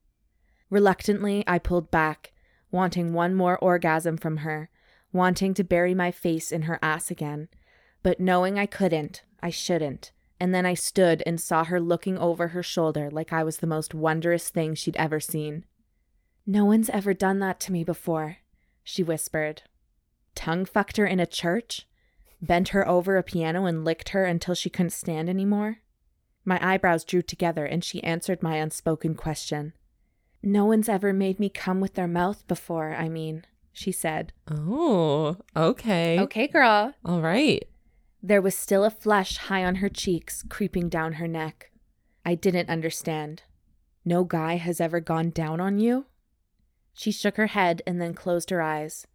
Speaker 1: Reluctantly, I pulled back, wanting one more orgasm from her, wanting to bury my face in her ass again, but knowing I couldn't, I shouldn't. And then I stood and saw her looking over her shoulder like I was the most wondrous thing she'd ever seen. No one's ever done that to me before, she whispered. Tongue fucked her in a church? Bent her over a piano and licked her until she couldn't stand anymore? My eyebrows drew together and she answered my unspoken question. No one's ever made me come with their mouth before, I mean, she said.
Speaker 2: Oh, okay.
Speaker 1: Okay, girl.
Speaker 2: All right.
Speaker 1: There was still a flush high on her cheeks, creeping down her neck. I didn't understand. No guy has ever gone down on you? She shook her head and then closed her eyes.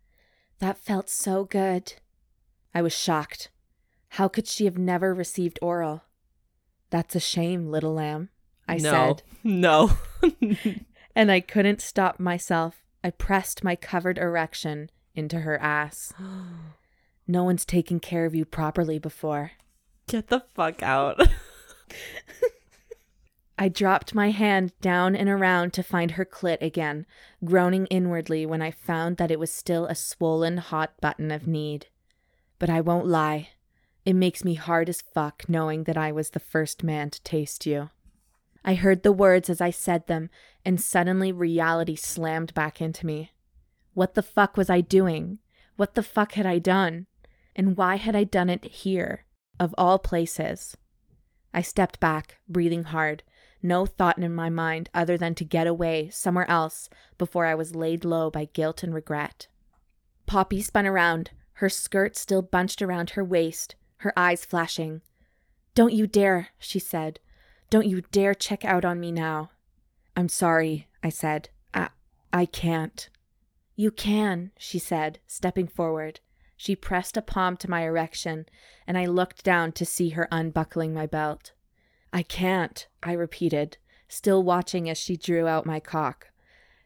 Speaker 1: That felt so good, I was shocked. How could she have never received oral? That's a shame, little lamb, I
Speaker 2: no,
Speaker 1: said,
Speaker 2: No.
Speaker 1: and I couldn't stop myself. I pressed my covered erection into her ass. No one's taken care of you properly before.
Speaker 2: Get the fuck out.
Speaker 1: I dropped my hand down and around to find her clit again, groaning inwardly when I found that it was still a swollen hot button of need. But I won't lie. It makes me hard as fuck knowing that I was the first man to taste you. I heard the words as I said them, and suddenly reality slammed back into me. What the fuck was I doing? What the fuck had I done? And why had I done it here, of all places? I stepped back, breathing hard, no thought in my mind other than to get away somewhere else before I was laid low by guilt and regret. Poppy spun around, her skirt still bunched around her waist, her eyes flashing. Don't you dare, she said. Don't you dare check out on me now. I'm sorry, I said. I, I can't. You can, she said, stepping forward. She pressed a palm to my erection, and I looked down to see her unbuckling my belt. I can't, I repeated, still watching as she drew out my cock.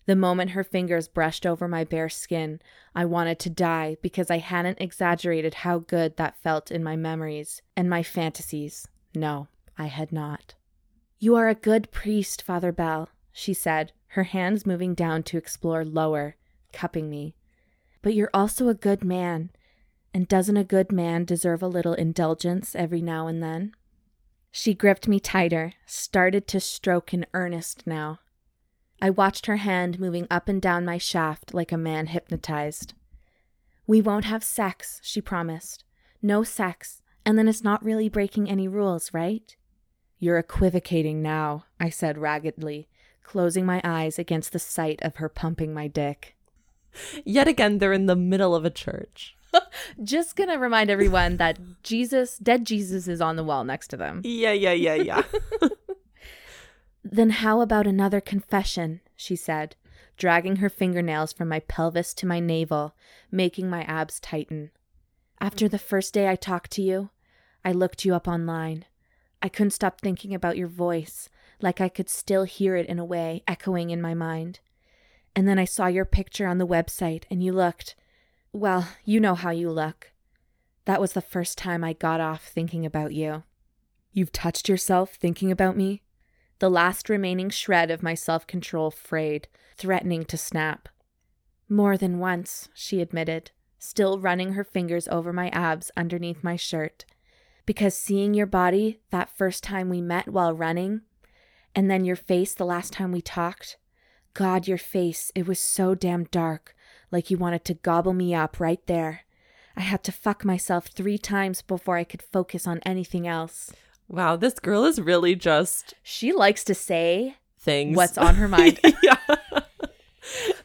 Speaker 1: The moment her fingers brushed over my bare skin, I wanted to die because I hadn't exaggerated how good that felt in my memories and my fantasies. No, I had not. You are a good priest, Father Bell, she said, her hands moving down to explore lower, cupping me. But you're also a good man. And doesn't a good man deserve a little indulgence every now and then? She gripped me tighter, started to stroke in earnest now. I watched her hand moving up and down my shaft like a man hypnotized. We won't have sex, she promised. No sex, and then it's not really breaking any rules, right? You're equivocating now, I said raggedly, closing my eyes against the sight of her pumping my dick.
Speaker 2: Yet again, they're in the middle of a church.
Speaker 1: Just gonna remind everyone that Jesus, dead Jesus, is on the wall next to them.
Speaker 2: Yeah, yeah, yeah, yeah.
Speaker 1: Then how about another confession? she said, dragging her fingernails from my pelvis to my navel, making my abs tighten. After the first day I talked to you, I looked you up online. I couldn't stop thinking about your voice, like I could still hear it in a way echoing in my mind. And then I saw your picture on the website, and you looked well, you know how you look. That was the first time I got off thinking about you. You've touched yourself thinking about me? the last remaining shred of my self control frayed, threatening to snap. More than once, she admitted, still running her fingers over my abs underneath my shirt. Because seeing your body that first time we met while running, and then your face the last time we talked, God, your face, it was so damn dark, like you wanted to gobble me up right there. I had to fuck myself three times before I could focus on anything else.
Speaker 2: wow, this girl is really just
Speaker 1: She likes to say
Speaker 2: things.
Speaker 1: what's on her mind.
Speaker 2: yeah.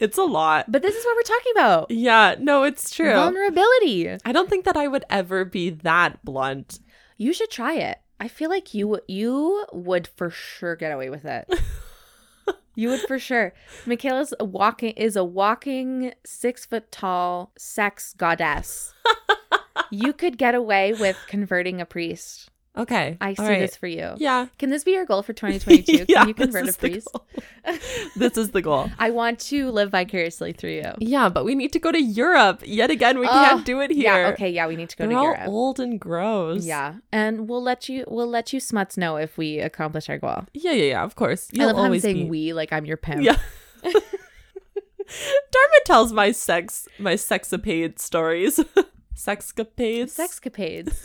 Speaker 2: It's a lot.
Speaker 1: But this is what we're talking about.
Speaker 2: Yeah, no, it's true.
Speaker 1: Vulnerability.
Speaker 2: I don't think that I would ever be that blunt.
Speaker 1: You should try it. I feel like you w- you would for sure get away with it. you would for sure. Michaela's a walking is a walking six foot tall sex goddess. you could get away with converting a priest.
Speaker 2: Okay.
Speaker 1: I see
Speaker 2: all right.
Speaker 1: this for you.
Speaker 2: Yeah.
Speaker 1: Can this be your goal for 2022?
Speaker 2: Yeah,
Speaker 1: Can you
Speaker 2: this
Speaker 1: convert a
Speaker 2: is the
Speaker 1: priest?
Speaker 2: goal. this is the goal.
Speaker 1: I want to live vicariously through you.
Speaker 2: Yeah, but we need to go to Europe yet again. We can't
Speaker 1: Oh,
Speaker 2: do it here.
Speaker 1: Yeah, okay, yeah, we need to go
Speaker 2: They're
Speaker 1: to
Speaker 2: all
Speaker 1: Europe.
Speaker 2: old and gross.
Speaker 1: Yeah, and we'll let you we'll let you smuts know if we accomplish our goal.
Speaker 2: Yeah, yeah, yeah. Of course.
Speaker 1: I
Speaker 2: You'll
Speaker 1: love how I'm
Speaker 2: always
Speaker 1: saying
Speaker 2: be.
Speaker 1: we, like I'm your pimp.
Speaker 2: Yeah. Dharma tells my sex my sexapade stories. Sexcapades.
Speaker 1: Sexcapades.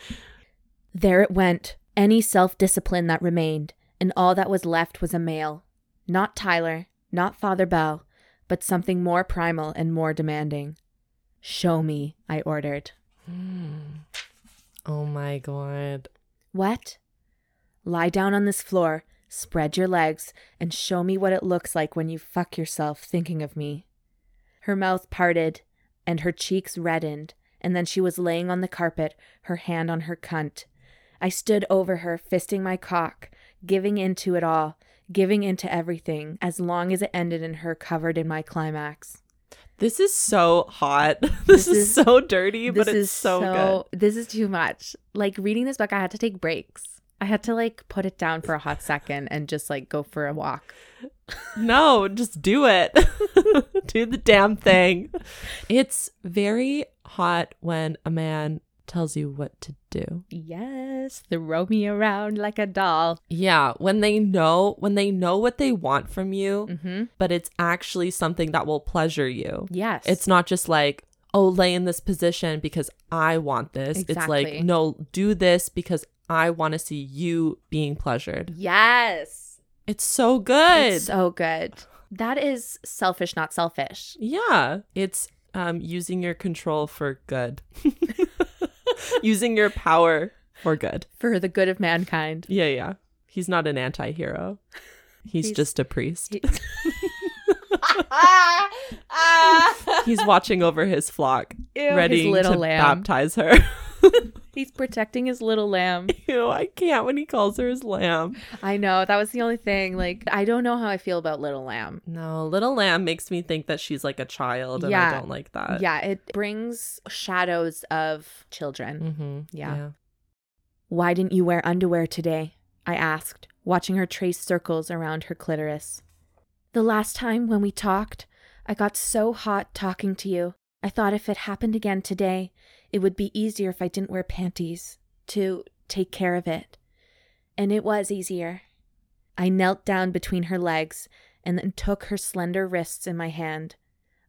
Speaker 1: there it went, any self discipline that remained, and all that was left was a male. Not Tyler, not Father Bell, but something more primal and more demanding. Show me, I ordered.
Speaker 2: Oh my god.
Speaker 1: What? Lie down on this floor, spread your legs, and show me what it looks like when you fuck yourself thinking of me. Her mouth parted and her cheeks reddened, and then she was laying on the carpet, her hand on her cunt. I stood over her, fisting my cock, giving in to it all, giving in to everything, as long as it ended in her covered in my climax.
Speaker 2: This is so hot. This,
Speaker 1: This
Speaker 2: is,
Speaker 1: is-
Speaker 2: so dirty, but
Speaker 1: This is
Speaker 2: it's so,
Speaker 1: This is too much. Like reading this book, I had to take breaks. I had to like put it down for a hot second and just like go for a walk.
Speaker 2: good. No, just do it. do the damn thing. It's very hot when a man tells you what to do.
Speaker 1: Yes, throw me around like a doll.
Speaker 2: Yeah, when they know when they know what they want from you,
Speaker 1: Mm-hmm.
Speaker 2: but it's actually something that will pleasure you.
Speaker 1: Yes,
Speaker 2: It's not just like, oh, lay in this position because I want this. It's
Speaker 1: Exactly.
Speaker 2: like, no, do this because I want to see you being pleasured.
Speaker 1: yes,
Speaker 2: It's so good.
Speaker 1: It's so good. That is selfish, not selfish.
Speaker 2: yeah. It's um, using your control for good, using your power for good.
Speaker 1: for the good of mankind.
Speaker 2: Yeah, yeah. He's not an anti hero, he's,
Speaker 1: He's-
Speaker 2: just a priest.
Speaker 1: He- Ah,
Speaker 2: He's watching over his flock,
Speaker 1: ew,
Speaker 2: ready
Speaker 1: his little
Speaker 2: to
Speaker 1: lamb.
Speaker 2: baptize her.
Speaker 1: He's protecting his little lamb.
Speaker 2: Ew, I can't when he calls her his lamb.
Speaker 1: I know that was the only thing. Like I don't know how I feel about little lamb.
Speaker 2: No, little lamb makes me think that she's like a child, and
Speaker 1: Yeah.
Speaker 2: I don't like that.
Speaker 1: yeah, it brings shadows of children.
Speaker 2: Mm-hmm.
Speaker 1: Yeah. Why didn't you wear underwear today? I asked, watching her trace circles around her clitoris. The last time when we talked, I got so hot talking to you. I thought if it happened again today, it would be easier if I didn't wear panties to take care of it. And it was easier. I knelt down between her legs and then took her slender wrists in my hand.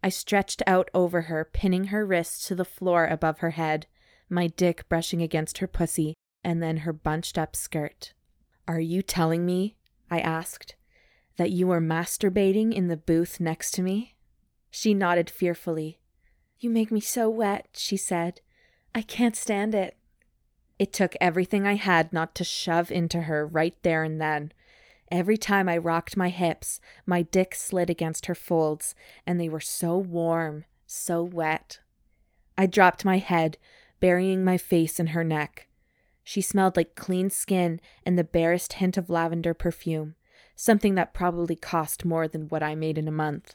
Speaker 1: I stretched out over her, pinning her wrists to the floor above her head, my dick brushing against her pussy and then her bunched up skirt. Are you telling me, I asked, that you were masturbating in the booth next to me? She nodded fearfully. You make me so wet, she said. I can't stand it. It took everything I had not to shove into her right there and then. Every time I rocked my hips, my dick slid against her folds, and they were so warm, so wet. I dropped my head, burying my face in her neck. She smelled like clean skin and the barest hint of lavender perfume, something that probably cost more than what I made in a month.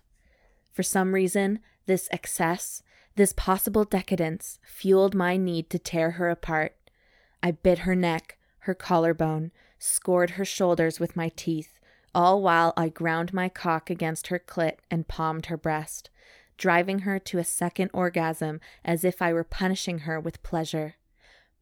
Speaker 1: For some reason, this excess, this possible decadence, fueled my need to tear her apart. I bit her neck, her collarbone, scored her shoulders with my teeth, all while I ground my cock against her clit and palmed her breast, driving her to a second orgasm as if I were punishing her with pleasure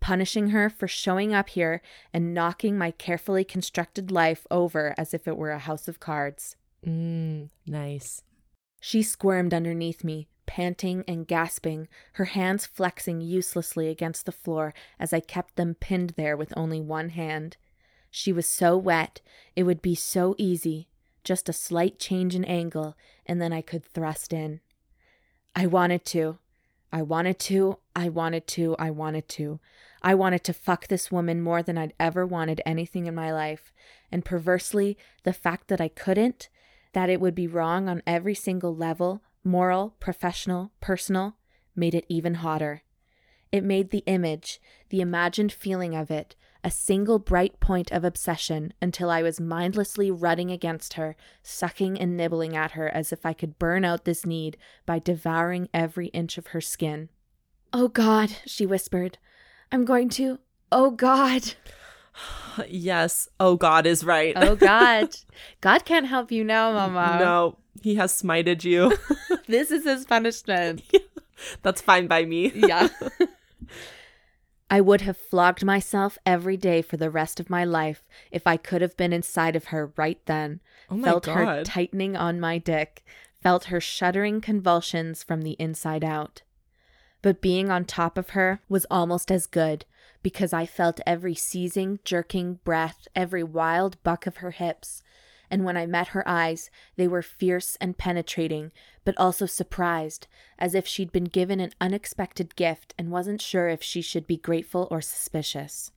Speaker 1: punishing her for showing up here and knocking my carefully constructed life over as if it were a house of cards.
Speaker 2: Mm, nice.
Speaker 1: She squirmed underneath me, panting and gasping, her hands flexing uselessly against the floor as I kept them pinned there with only one hand. She was so wet, it would be so easy. Just a slight change in angle, and then I could thrust in. I wanted to. I wanted to. I wanted to. I wanted to. I wanted to fuck this woman more than I'd ever wanted anything in my life. And perversely, the fact that I couldn't, that it would be wrong on every single level moral, professional, personal made it even hotter. It made the image, the imagined feeling of it, a single bright point of obsession until I was mindlessly rutting against her, sucking and nibbling at her as if I could burn out this need by devouring every inch of her skin. Oh God, she whispered. I'm going to. Oh God.
Speaker 2: Yes. Oh, God is right.
Speaker 1: Oh God. God can't help you now, Mama.
Speaker 2: no, he has smited you.
Speaker 1: This is his punishment.
Speaker 2: That's fine by me.
Speaker 1: yeah. I would have flogged myself every day for the rest of my life if I could have been inside of her right then.
Speaker 2: Oh my
Speaker 1: felt her
Speaker 2: God.
Speaker 1: tightening on my dick, felt her shuddering convulsions from the inside out. But being on top of her was almost as good because I felt every seizing, jerking breath, every wild buck of her hips. And when I met her eyes, they were fierce and penetrating, but also surprised, as if she'd been given an unexpected gift and wasn't sure if she should be grateful or suspicious.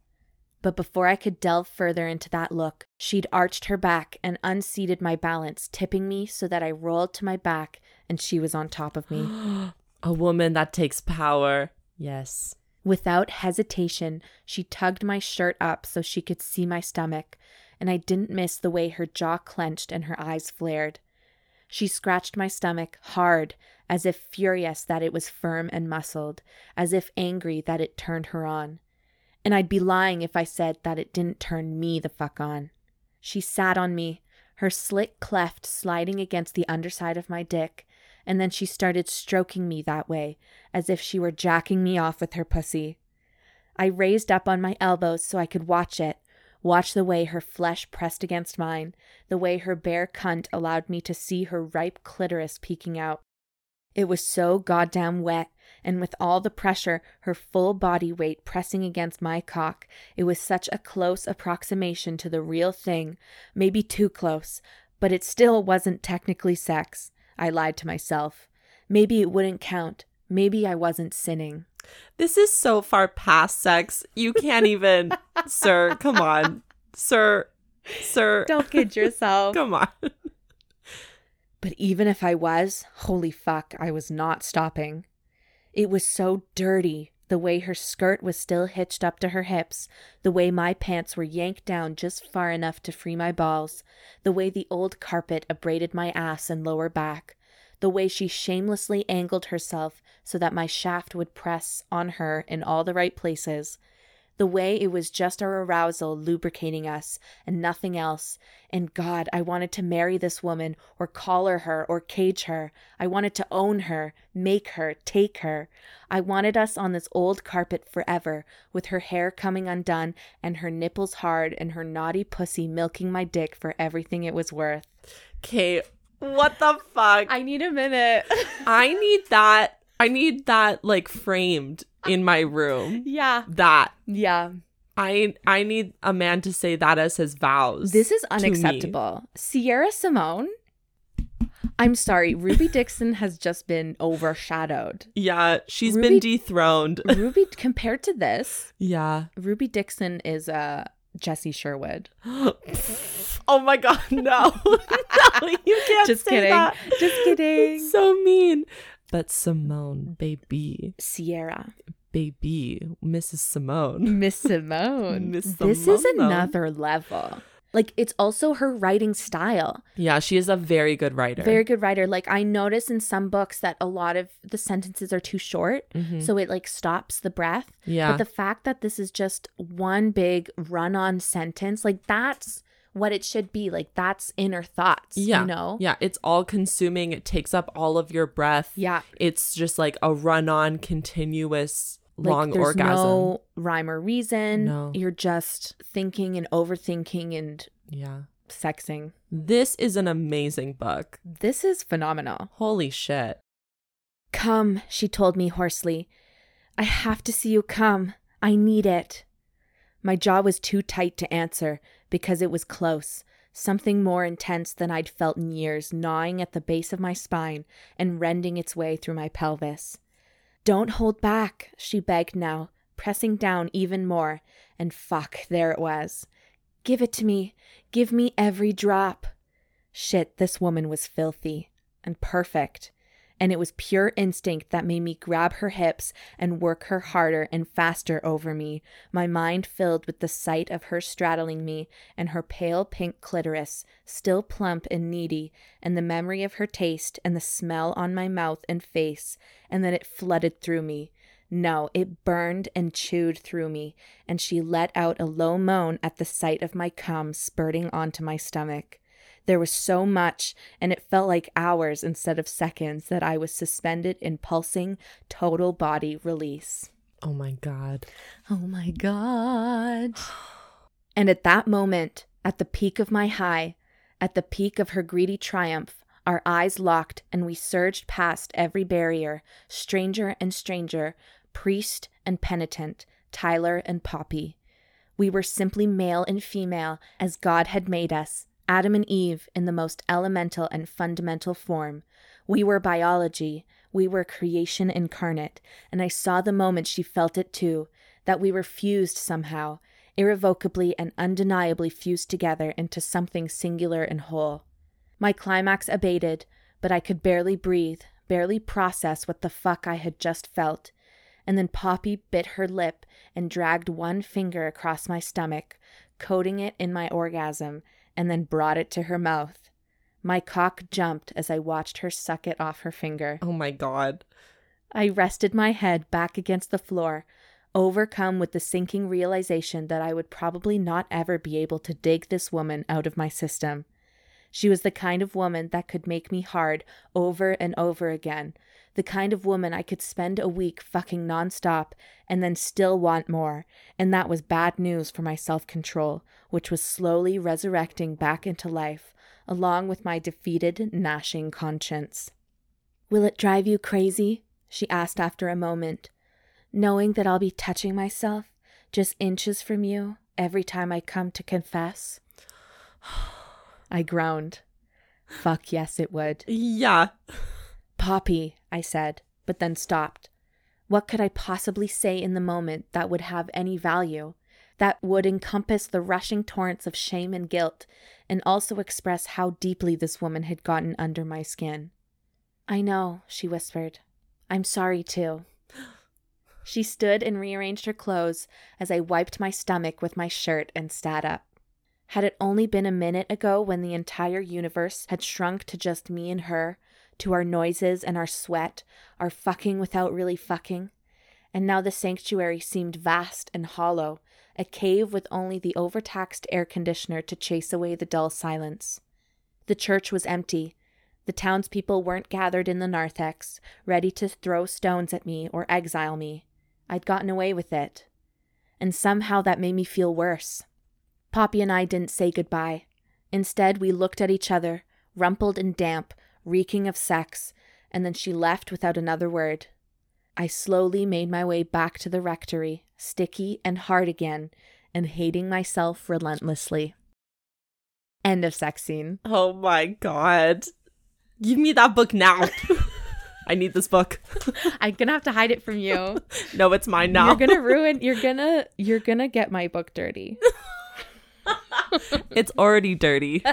Speaker 1: But before I could delve further into that look, she'd arched her back and unseated my balance, tipping me so that I rolled to my back and she was on top of me.
Speaker 2: A woman that takes power. Yes.
Speaker 1: Without hesitation, she tugged my shirt up so she could see my stomach, and I didn't miss the way her jaw clenched and her eyes flared. She scratched my stomach hard as if furious that it was firm and muscled, as if angry that it turned her on. And I'd be lying if I said that it didn't turn me the fuck on. She sat on me, her slick cleft sliding against the underside of my dick, and then she started stroking me that way, as if she were jacking me off with her pussy. I raised up on my elbows so I could watch it, watch the way her flesh pressed against mine, the way her bare cunt allowed me to see her ripe clitoris peeking out. It was so goddamn wet, and with all the pressure, her full body weight pressing against my cock, it was such a close approximation to the real thing, maybe too close, but it still wasn't technically sex. I lied to myself. Maybe it wouldn't count. Maybe I wasn't sinning.
Speaker 2: This is so far past sex. You can't even, sir. Come on, sir, sir.
Speaker 1: Don't kid yourself.
Speaker 2: Come on.
Speaker 1: But even if I was, holy fuck, I was not stopping. It was so dirty, the way her skirt was still hitched up to her hips, the way my pants were yanked down just far enough to free my balls, the way the old carpet abraded my ass and lower back, the way she shamelessly angled herself so that my shaft would press on her in all the right places. The way it was just our arousal lubricating us and nothing else. And God, I wanted to marry this woman or collar her or cage her. I wanted to own her, make her, take her. I wanted us on this old carpet forever, with her hair coming undone and her nipples hard and her naughty pussy milking my dick for everything it was worth.
Speaker 2: Okay, what the fuck?
Speaker 1: I need a minute.
Speaker 2: I need that. I need that like framed in my room.
Speaker 1: yeah.
Speaker 2: That
Speaker 1: Yeah.
Speaker 2: I I need a man to say that as his vows.
Speaker 1: This is unacceptable. Sierra Simone. I'm sorry, Ruby Dixon has just been overshadowed.
Speaker 2: yeah, she's
Speaker 1: Ruby-
Speaker 2: been dethroned.
Speaker 1: Ruby, compared to this,
Speaker 2: Yeah.
Speaker 1: Ruby Dixon is uh, Jesse Sherwood.
Speaker 2: oh my god, no. no, you can't
Speaker 1: Just
Speaker 2: say
Speaker 1: kidding.
Speaker 2: that.
Speaker 1: Just kidding.
Speaker 2: It's so mean. But Simone, baby,
Speaker 1: Sierra,
Speaker 2: baby, Mrs. Simone.
Speaker 1: Miss Simone.
Speaker 2: Miss
Speaker 1: This is
Speaker 2: Simone.
Speaker 1: another level. Like it's also her writing style.
Speaker 2: Yeah, she is a very good writer.
Speaker 1: Very good writer. Like I notice in some books that a lot of the sentences are too short,
Speaker 2: Mhm.
Speaker 1: so it like stops the breath.
Speaker 2: yeah.
Speaker 1: But the fact that this is just one big run on sentence, like that's what it should be. Like that's inner thoughts.
Speaker 2: Yeah.
Speaker 1: You know?
Speaker 2: Yeah, it's all consuming. It takes up all of your breath.
Speaker 1: Yeah.
Speaker 2: It's just like a run on, continuous,
Speaker 1: Like,
Speaker 2: long
Speaker 1: there's
Speaker 2: orgasm.
Speaker 1: No rhyme or reason.
Speaker 2: No.
Speaker 1: You're just thinking and overthinking and
Speaker 2: Yeah.
Speaker 1: sexing.
Speaker 2: This is an amazing book.
Speaker 1: This is phenomenal.
Speaker 2: Holy shit.
Speaker 1: Come, she told me hoarsely. I have to see you come. I need it. My jaw was too tight to answer because it was close, something more intense than I'd felt in years, gnawing at the base of my spine and rending its way through my pelvis. Don't hold back, she begged now, pressing down even more, and fuck, there it was. Give it to me. Give me every drop. Shit, this woman was filthy and perfect. And it was pure instinct that made me grab her hips and work her harder and faster over me, my mind filled with the sight of her straddling me and her pale pink clitoris, still plump and needy, and the memory of her taste and the smell on my mouth and face, and then it flooded through me. No, it burned and chewed through me, and she let out a low moan at the sight of my cum spurting onto my stomach. There was so much, and it felt like hours instead of seconds that I was suspended in pulsing, total body release.
Speaker 2: Oh my God.
Speaker 1: Oh my God. And at that moment, at the peak of my high, at the peak of her greedy triumph, our eyes locked and we surged past every barrier, stranger and stranger, priest and penitent, Tyler and Poppy. We were simply male and female as God had made us, Adam and Eve in the most elemental and fundamental form. We were biology, we were creation incarnate, and I saw the moment she felt it too, that we were fused somehow, irrevocably and undeniably fused together into something singular and whole. My climax abated, but I could barely breathe, barely process what the fuck I had just felt. And then Poppy bit her lip and dragged one finger across my stomach, coating it in my orgasm, and then brought it to her mouth. My cock jumped as I watched her suck it off her finger.
Speaker 2: Oh my God.
Speaker 1: I rested my head back against the floor, overcome with the sinking realization that I would probably not ever be able to dig this woman out of my system. She was the kind of woman that could make me hard over and over again, the kind of woman I could spend a week fucking nonstop and then still want more, and that was bad news for my self control, which was slowly resurrecting back into life, along with my defeated, gnashing conscience. Will it drive you crazy? she asked after a moment. Knowing that I'll be touching myself just inches from you every time I come to confess? I groaned. Fuck yes, it would.
Speaker 2: Yeah.
Speaker 1: Poppy, I said, but then stopped. What could I possibly say in the moment that would have any value, that would encompass the rushing torrents of shame and guilt, and also express how deeply this woman had gotten under my skin? I know, she whispered. I'm sorry too. She stood and rearranged her clothes as I wiped my stomach with my shirt and sat up. Had it only been a minute ago when the entire universe had shrunk to just me and her, to our noises and our sweat, our fucking without really fucking? And now the sanctuary seemed vast and hollow, a cave with only the overtaxed air conditioner to chase away the dull silence. The church was empty, the townspeople weren't gathered in the narthex, ready to throw stones at me or exile me. I'd gotten away with it. And somehow that made me feel worse. Poppy and I didn't say goodbye. Instead, we looked at each other, rumpled and damp, reeking of sex, and then she left without another word. I slowly made my way back to the rectory, sticky and hard again, and hating myself relentlessly. End of sex scene.
Speaker 2: Oh my God. Give me that book now. I need this book.
Speaker 1: I'm gonna have to hide it from you.
Speaker 2: No, it's mine now.
Speaker 1: You're gonna ruin. You're gonna. You're gonna get my book dirty.
Speaker 2: it's already dirty.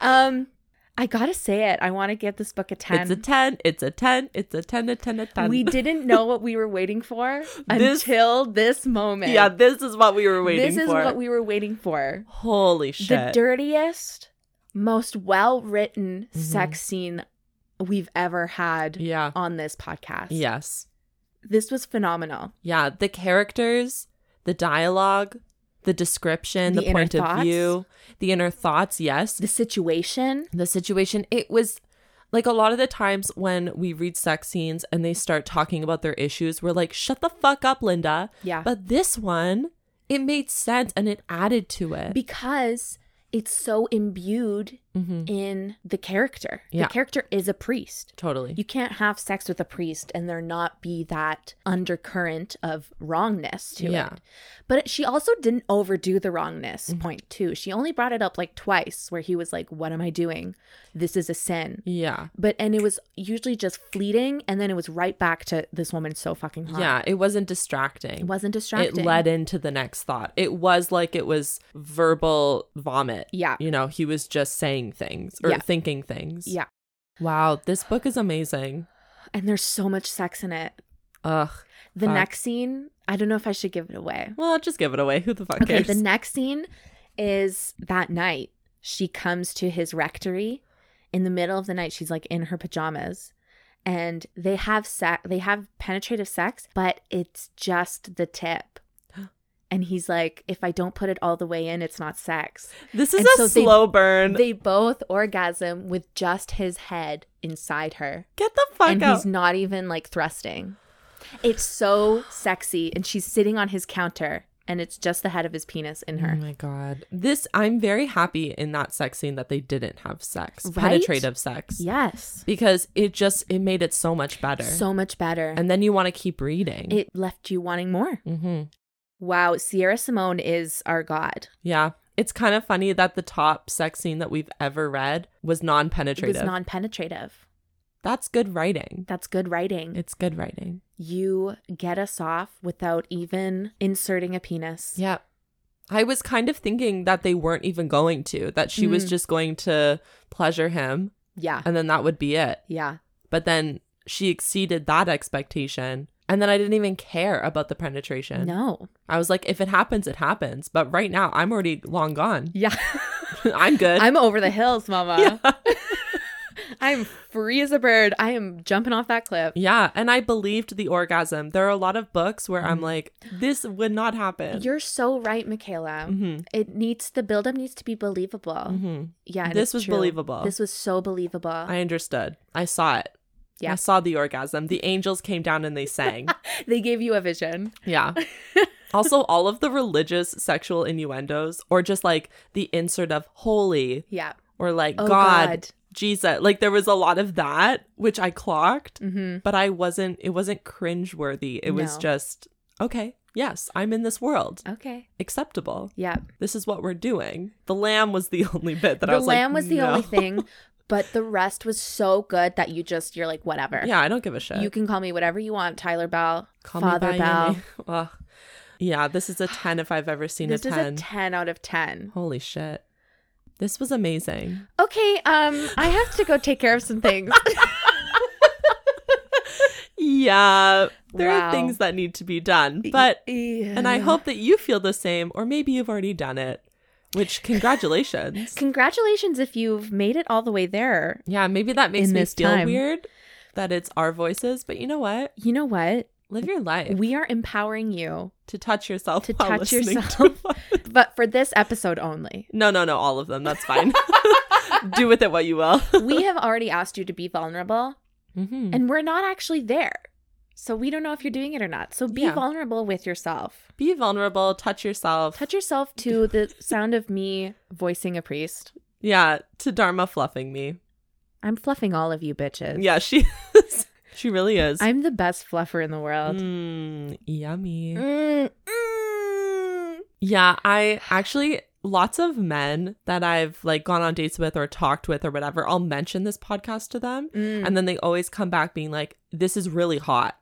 Speaker 1: Um, I gotta say it. I want to give this book a ten.
Speaker 2: It's a 10. It's a 10. It's a 10, a 10, a 10.
Speaker 1: we didn't know what we were waiting for
Speaker 2: This-
Speaker 1: until this moment.
Speaker 2: yeah, this is what we were waiting
Speaker 1: this is
Speaker 2: for.
Speaker 1: what we were waiting for.
Speaker 2: Holy
Speaker 1: The
Speaker 2: shit.
Speaker 1: dirtiest, most well-written
Speaker 2: Mhm.
Speaker 1: sex scene we've ever had
Speaker 2: yeah.
Speaker 1: on this podcast.
Speaker 2: Yes.
Speaker 1: this was phenomenal.
Speaker 2: Yeah. The characters, the dialogue, the description,
Speaker 1: The
Speaker 2: the,
Speaker 1: inner
Speaker 2: point
Speaker 1: thoughts.
Speaker 2: of view, the inner thoughts. Yes.
Speaker 1: The situation.
Speaker 2: the situation. It was like a lot of the times when we read sex scenes and they start talking about their issues, we're like, shut the fuck up, Linda.
Speaker 1: Yeah.
Speaker 2: But this one, it made sense and it added to it.
Speaker 1: because it's so imbued
Speaker 2: Mhm.
Speaker 1: in the character.
Speaker 2: Yeah.
Speaker 1: The character is a priest.
Speaker 2: Totally.
Speaker 1: You can't have sex with a priest and there not be that undercurrent of wrongness to
Speaker 2: Yeah.
Speaker 1: it. But she also didn't overdo the wrongness
Speaker 2: Mm-hmm.
Speaker 1: point too. She only brought it up like twice where he was like, "What am I doing? This is a sin."
Speaker 2: yeah.
Speaker 1: But and it was usually just fleeting and then it was right back to this woman's so fucking hot.
Speaker 2: Yeah. It wasn't
Speaker 1: Uh-huh. It
Speaker 2: distracting.
Speaker 1: wasn't distracting.
Speaker 2: It led into the next thought. It was like it was verbal vomit.
Speaker 1: Yeah.
Speaker 2: You know, he was just saying things or
Speaker 1: Yeah.
Speaker 2: thinking things.
Speaker 1: Yeah.
Speaker 2: Wow. This book is amazing.
Speaker 1: And there's so much sex in it.
Speaker 2: Ugh.
Speaker 1: The
Speaker 2: Fuck.
Speaker 1: next scene, I don't know if I should give it away.
Speaker 2: Well, just give it away. Who the fuck
Speaker 1: Okay,
Speaker 2: cares?
Speaker 1: the next scene is that night. She comes to his rectory in the middle of the night. She's like in her pajamas and they have sex, they have penetrative sex, but it's just the tip. And he's like, if I don't put it all the way in, it's not sex.
Speaker 2: this is
Speaker 1: and
Speaker 2: a
Speaker 1: so they-
Speaker 2: slow burn.
Speaker 1: They both orgasm with just his head inside her.
Speaker 2: Get the fuck
Speaker 1: and
Speaker 2: out.
Speaker 1: he's not even like thrusting. It's so sexy. And she's sitting on his counter and it's just the head of his penis in her.
Speaker 2: Oh my god. This I'm very happy in that sex scene that they didn't have sex.
Speaker 1: Right?
Speaker 2: Penetrative sex.
Speaker 1: Yes.
Speaker 2: Because it just it made it so much better.
Speaker 1: So much better.
Speaker 2: and then you want to keep reading.
Speaker 1: it left you wanting more.
Speaker 2: mm-hmm.
Speaker 1: Wow, Sierra Simone is our god.
Speaker 2: Yeah. It's kind of funny that the top sex scene that we've ever read was non
Speaker 1: It was
Speaker 2: penetrative.
Speaker 1: non penetrative.
Speaker 2: That's good writing.
Speaker 1: That's good writing.
Speaker 2: It's good writing.
Speaker 1: you get us off without even inserting a penis.
Speaker 2: Yeah. I was kind of thinking that they weren't even going to, that she was
Speaker 1: Mm.
Speaker 2: just going to pleasure him
Speaker 1: Yeah.
Speaker 2: and then that would be it.
Speaker 1: Yeah.
Speaker 2: But then she exceeded that expectation And then I didn't even care about the penetration.
Speaker 1: No.
Speaker 2: I was like, if it happens, it happens. But right now, I'm already long gone.
Speaker 1: Yeah.
Speaker 2: I'm good.
Speaker 1: I'm over the hills, mama.
Speaker 2: yeah.
Speaker 1: I'm free as a bird. I am jumping off that cliff.
Speaker 2: Yeah, and I believed the orgasm. There are a lot of books where I'm
Speaker 1: Mhm.
Speaker 2: like, this would not happen.
Speaker 1: You're so right, Michaela.
Speaker 2: hmm
Speaker 1: It needs the buildup needs to be believable.
Speaker 2: hmm
Speaker 1: Yeah, and
Speaker 2: This
Speaker 1: it's
Speaker 2: was
Speaker 1: Oh, true.
Speaker 2: believable.
Speaker 1: This was so believable.
Speaker 2: I understood. I saw it.
Speaker 1: Yeah.
Speaker 2: I saw the orgasm. The angels came down and they sang.
Speaker 1: they gave you a vision.
Speaker 2: yeah. Also, all of the religious sexual innuendos, or just like the insert of holy,
Speaker 1: Yeah.
Speaker 2: or like
Speaker 1: Oh
Speaker 2: God,
Speaker 1: God.
Speaker 2: Jesus. Like there was a lot of that, which I clocked,
Speaker 1: Mm-hmm.
Speaker 2: but I wasn't, it wasn't cringeworthy. It was
Speaker 1: No.
Speaker 2: just, okay, yes, I'm in this world.
Speaker 1: Okay.
Speaker 2: Acceptable.
Speaker 1: Yeah.
Speaker 2: this is what we're doing. The lamb was the only bit that I
Speaker 1: the
Speaker 2: was
Speaker 1: lamb
Speaker 2: like,
Speaker 1: was the
Speaker 2: "No."
Speaker 1: only thing, but the rest was so good that you just you're like whatever.
Speaker 2: Yeah, I don't give a shit.
Speaker 1: You can call me whatever you want, Tyler Bell,
Speaker 2: Call me
Speaker 1: Father
Speaker 2: by your
Speaker 1: Bell.
Speaker 2: name. Ugh. Yeah, this is a 10 if I've ever seen
Speaker 1: This
Speaker 2: a
Speaker 1: is
Speaker 2: 10.
Speaker 1: a ten out of ten.
Speaker 2: Holy shit. This was amazing.
Speaker 1: Okay, um, I have to go take care of some things.
Speaker 2: Yeah, there
Speaker 1: Wow.
Speaker 2: are things that need to be done, but and I
Speaker 1: Yeah.
Speaker 2: hope that you feel the same or maybe you've already done it, which congratulations.
Speaker 1: Congratulations if you've made it all the way there.
Speaker 2: yeah, maybe that makes
Speaker 1: In
Speaker 2: me
Speaker 1: this
Speaker 2: feel
Speaker 1: time.
Speaker 2: weird that it's our voices, but you know what?
Speaker 1: You know what?
Speaker 2: Live your life
Speaker 1: We are empowering you,
Speaker 2: to touch yourself
Speaker 1: To
Speaker 2: while
Speaker 1: touch
Speaker 2: listening
Speaker 1: yourself.
Speaker 2: to
Speaker 1: but for this episode only.
Speaker 2: No, no, no, all of them. That's fine. Do with it what you will.
Speaker 1: We have already asked you to be vulnerable,
Speaker 2: Mm-hmm.
Speaker 1: and we're not actually there. So we don't know if you're doing it or not. So be
Speaker 2: Yeah.
Speaker 1: vulnerable with yourself.
Speaker 2: Be vulnerable, touch yourself.
Speaker 1: Touch yourself to the sound of me voicing a priest.
Speaker 2: yeah, to Dharma fluffing me.
Speaker 1: I'm fluffing all of you bitches.
Speaker 2: Yeah, she is. She really is.
Speaker 1: I'm the best fluffer in the world.
Speaker 2: Mm, yummy.
Speaker 1: Mm.
Speaker 2: Mm. Yeah, I actually lots of men that I've like gone on dates with or talked with or whatever, I'll mention this podcast to them
Speaker 1: Mm.
Speaker 2: and then they always come back being like, This is really hot.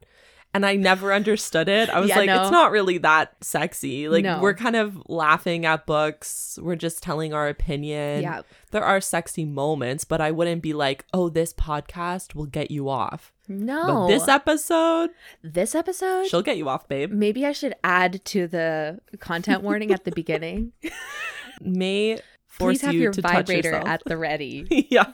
Speaker 2: And I never understood it. I was
Speaker 1: Yeah,
Speaker 2: like,
Speaker 1: no.
Speaker 2: it's not really that sexy. Like,
Speaker 1: No.
Speaker 2: we're kind of laughing at books. We're just telling our opinion.
Speaker 1: Yeah.
Speaker 2: There are sexy moments, but I wouldn't be like, oh, this podcast will get you off.
Speaker 1: No.
Speaker 2: But this episode,
Speaker 1: this episode?
Speaker 2: she'll get you off, babe.
Speaker 1: Maybe I should add to the content warning at the beginning.
Speaker 2: May force
Speaker 1: Please have
Speaker 2: you
Speaker 1: your
Speaker 2: to
Speaker 1: vibrator
Speaker 2: touch yourself.
Speaker 1: at the ready
Speaker 2: yeah.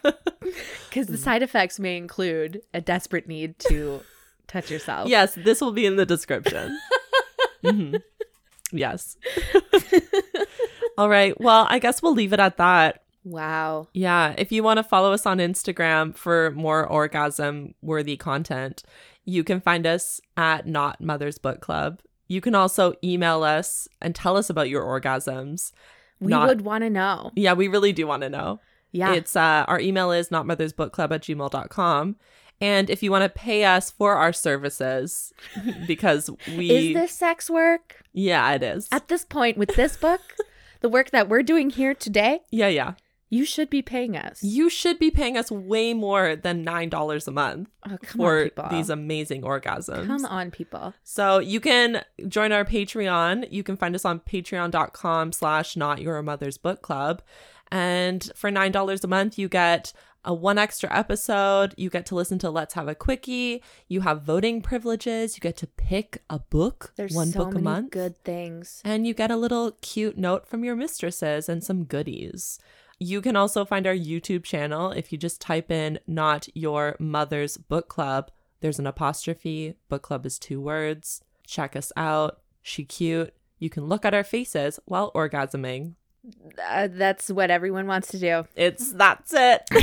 Speaker 1: because the side effects may include a desperate need to touch yourself.
Speaker 2: Yes, this will be in the description. Mhm. Yes. All right. Well, I guess we'll leave it at that.
Speaker 1: Wow.
Speaker 2: Yeah. If you want to follow us on Instagram for more orgasm worthy content, you can find us at Not Mother's Book Club. You can also email us and tell us about your orgasms.
Speaker 1: We
Speaker 2: Not-
Speaker 1: would want to know.
Speaker 2: Yeah, we really do want to know.
Speaker 1: Yeah.
Speaker 2: It's uh, our email is notmothersbookclub at gmail.com. And if you want to pay us for our services, because we
Speaker 1: Is this sex work?
Speaker 2: Yeah, it is.
Speaker 1: At this point, with this book, the work that we're doing here today,
Speaker 2: yeah, yeah.
Speaker 1: you should be paying us.
Speaker 2: You should be paying us way more than $9 a month
Speaker 1: oh, come on,
Speaker 2: for
Speaker 1: people.
Speaker 2: these amazing orgasms.
Speaker 1: come on, people.
Speaker 2: So you can join our Patreon. You can find us on patreon.com slash not your mother's book club. And for $9 a month, you get a one extra episode. You get to listen to Let's Have a Quickie. You have voting privileges. You get to pick a book,
Speaker 1: There's
Speaker 2: one
Speaker 1: so
Speaker 2: book
Speaker 1: many
Speaker 2: a month.
Speaker 1: good things.
Speaker 2: And you get a little cute note from your mistresses and some goodies. You can also find our YouTube channel if you just type in Not Your Mother's Book Club. There's an apostrophe. Book club is two words. Check us out. She cute. You can look at our faces while orgasming.
Speaker 1: Uh, that's what everyone wants to do.
Speaker 2: It's that's it.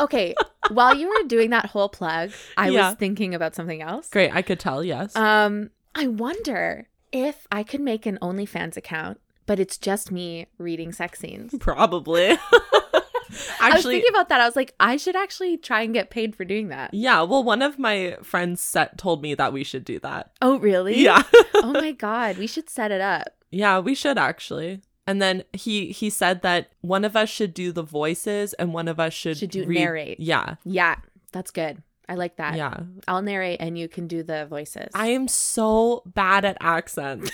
Speaker 1: Okay, while you were doing that whole plug, I
Speaker 2: Yeah.
Speaker 1: was thinking about something else.
Speaker 2: Great, I could tell, yes.
Speaker 1: Um, I wonder if I could make an OnlyFans account, but it's just me reading sex scenes.
Speaker 2: Probably.
Speaker 1: I was
Speaker 2: Actually,
Speaker 1: thinking about that. I was like, I should actually try and get paid for doing that.
Speaker 2: yeah, well one of my friends set told me that we should do that.
Speaker 1: Oh, really?
Speaker 2: Yeah.
Speaker 1: oh my god, we should set it up.
Speaker 2: Yeah, we should actually. And then he he said that one of us should do the voices and one of us should
Speaker 1: Should do-
Speaker 2: read-
Speaker 1: narrate.
Speaker 2: Yeah,
Speaker 1: Yeah, that's good. I like that.
Speaker 2: yeah.
Speaker 1: I'll narrate and you can do the voices.
Speaker 2: I am so bad at accents.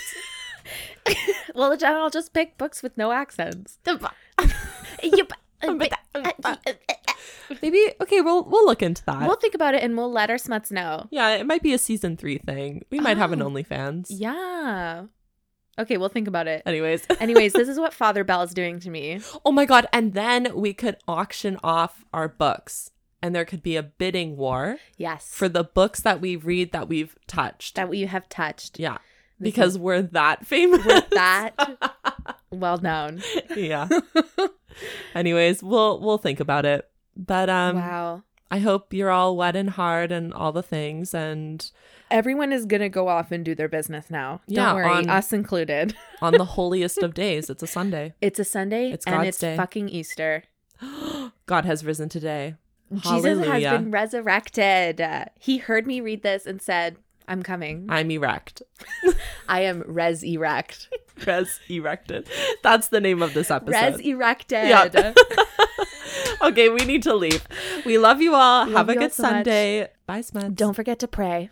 Speaker 1: well, then I'll just pick books with no accents.
Speaker 2: Uh, Maybe
Speaker 1: Yep.
Speaker 2: Maybe okay, we'll we'll look into that.
Speaker 1: We'll think about it and we'll let our smuts know.
Speaker 2: yeah, it might be a season three thing. We might have an
Speaker 1: Oh.
Speaker 2: OnlyFans.
Speaker 1: Yeah. Okay, we'll think about it.
Speaker 2: Anyways.
Speaker 1: Anyways, this is what Father Bell is doing to me.
Speaker 2: Oh my god, and then we could auction off our books and there could be a bidding war
Speaker 1: Yes.
Speaker 2: for the books that we read that we've touched.
Speaker 1: that you have touched.
Speaker 2: yeah.
Speaker 1: This is
Speaker 2: Because we're that famous.
Speaker 1: that well known.
Speaker 2: yeah. Anyways, we'll we'll think about it. But um
Speaker 1: wow.
Speaker 2: I hope you're all wet and hard and all the things and
Speaker 1: Everyone is gonna go off and do their business now.
Speaker 2: Yeah,
Speaker 1: Don't worry,
Speaker 2: on-
Speaker 1: us included.
Speaker 2: on the holiest of days, it's a Sunday.
Speaker 1: It's a Sunday
Speaker 2: It's
Speaker 1: and
Speaker 2: God's
Speaker 1: it's
Speaker 2: day.
Speaker 1: fucking Easter.
Speaker 2: God has risen today.
Speaker 1: Jesus has
Speaker 2: Hallelujah.
Speaker 1: been resurrected. He heard me read this and said, I'm coming.
Speaker 2: I'm erect.
Speaker 1: I am res erect.
Speaker 2: Res erected. That's the name of this episode.
Speaker 1: Res e- erected.
Speaker 2: Yeah. okay, we need to leave. We love you all.
Speaker 1: Love
Speaker 2: Have a
Speaker 1: you all
Speaker 2: good
Speaker 1: so much.
Speaker 2: Sunday. Bye, Smuts.
Speaker 1: Don't forget to pray.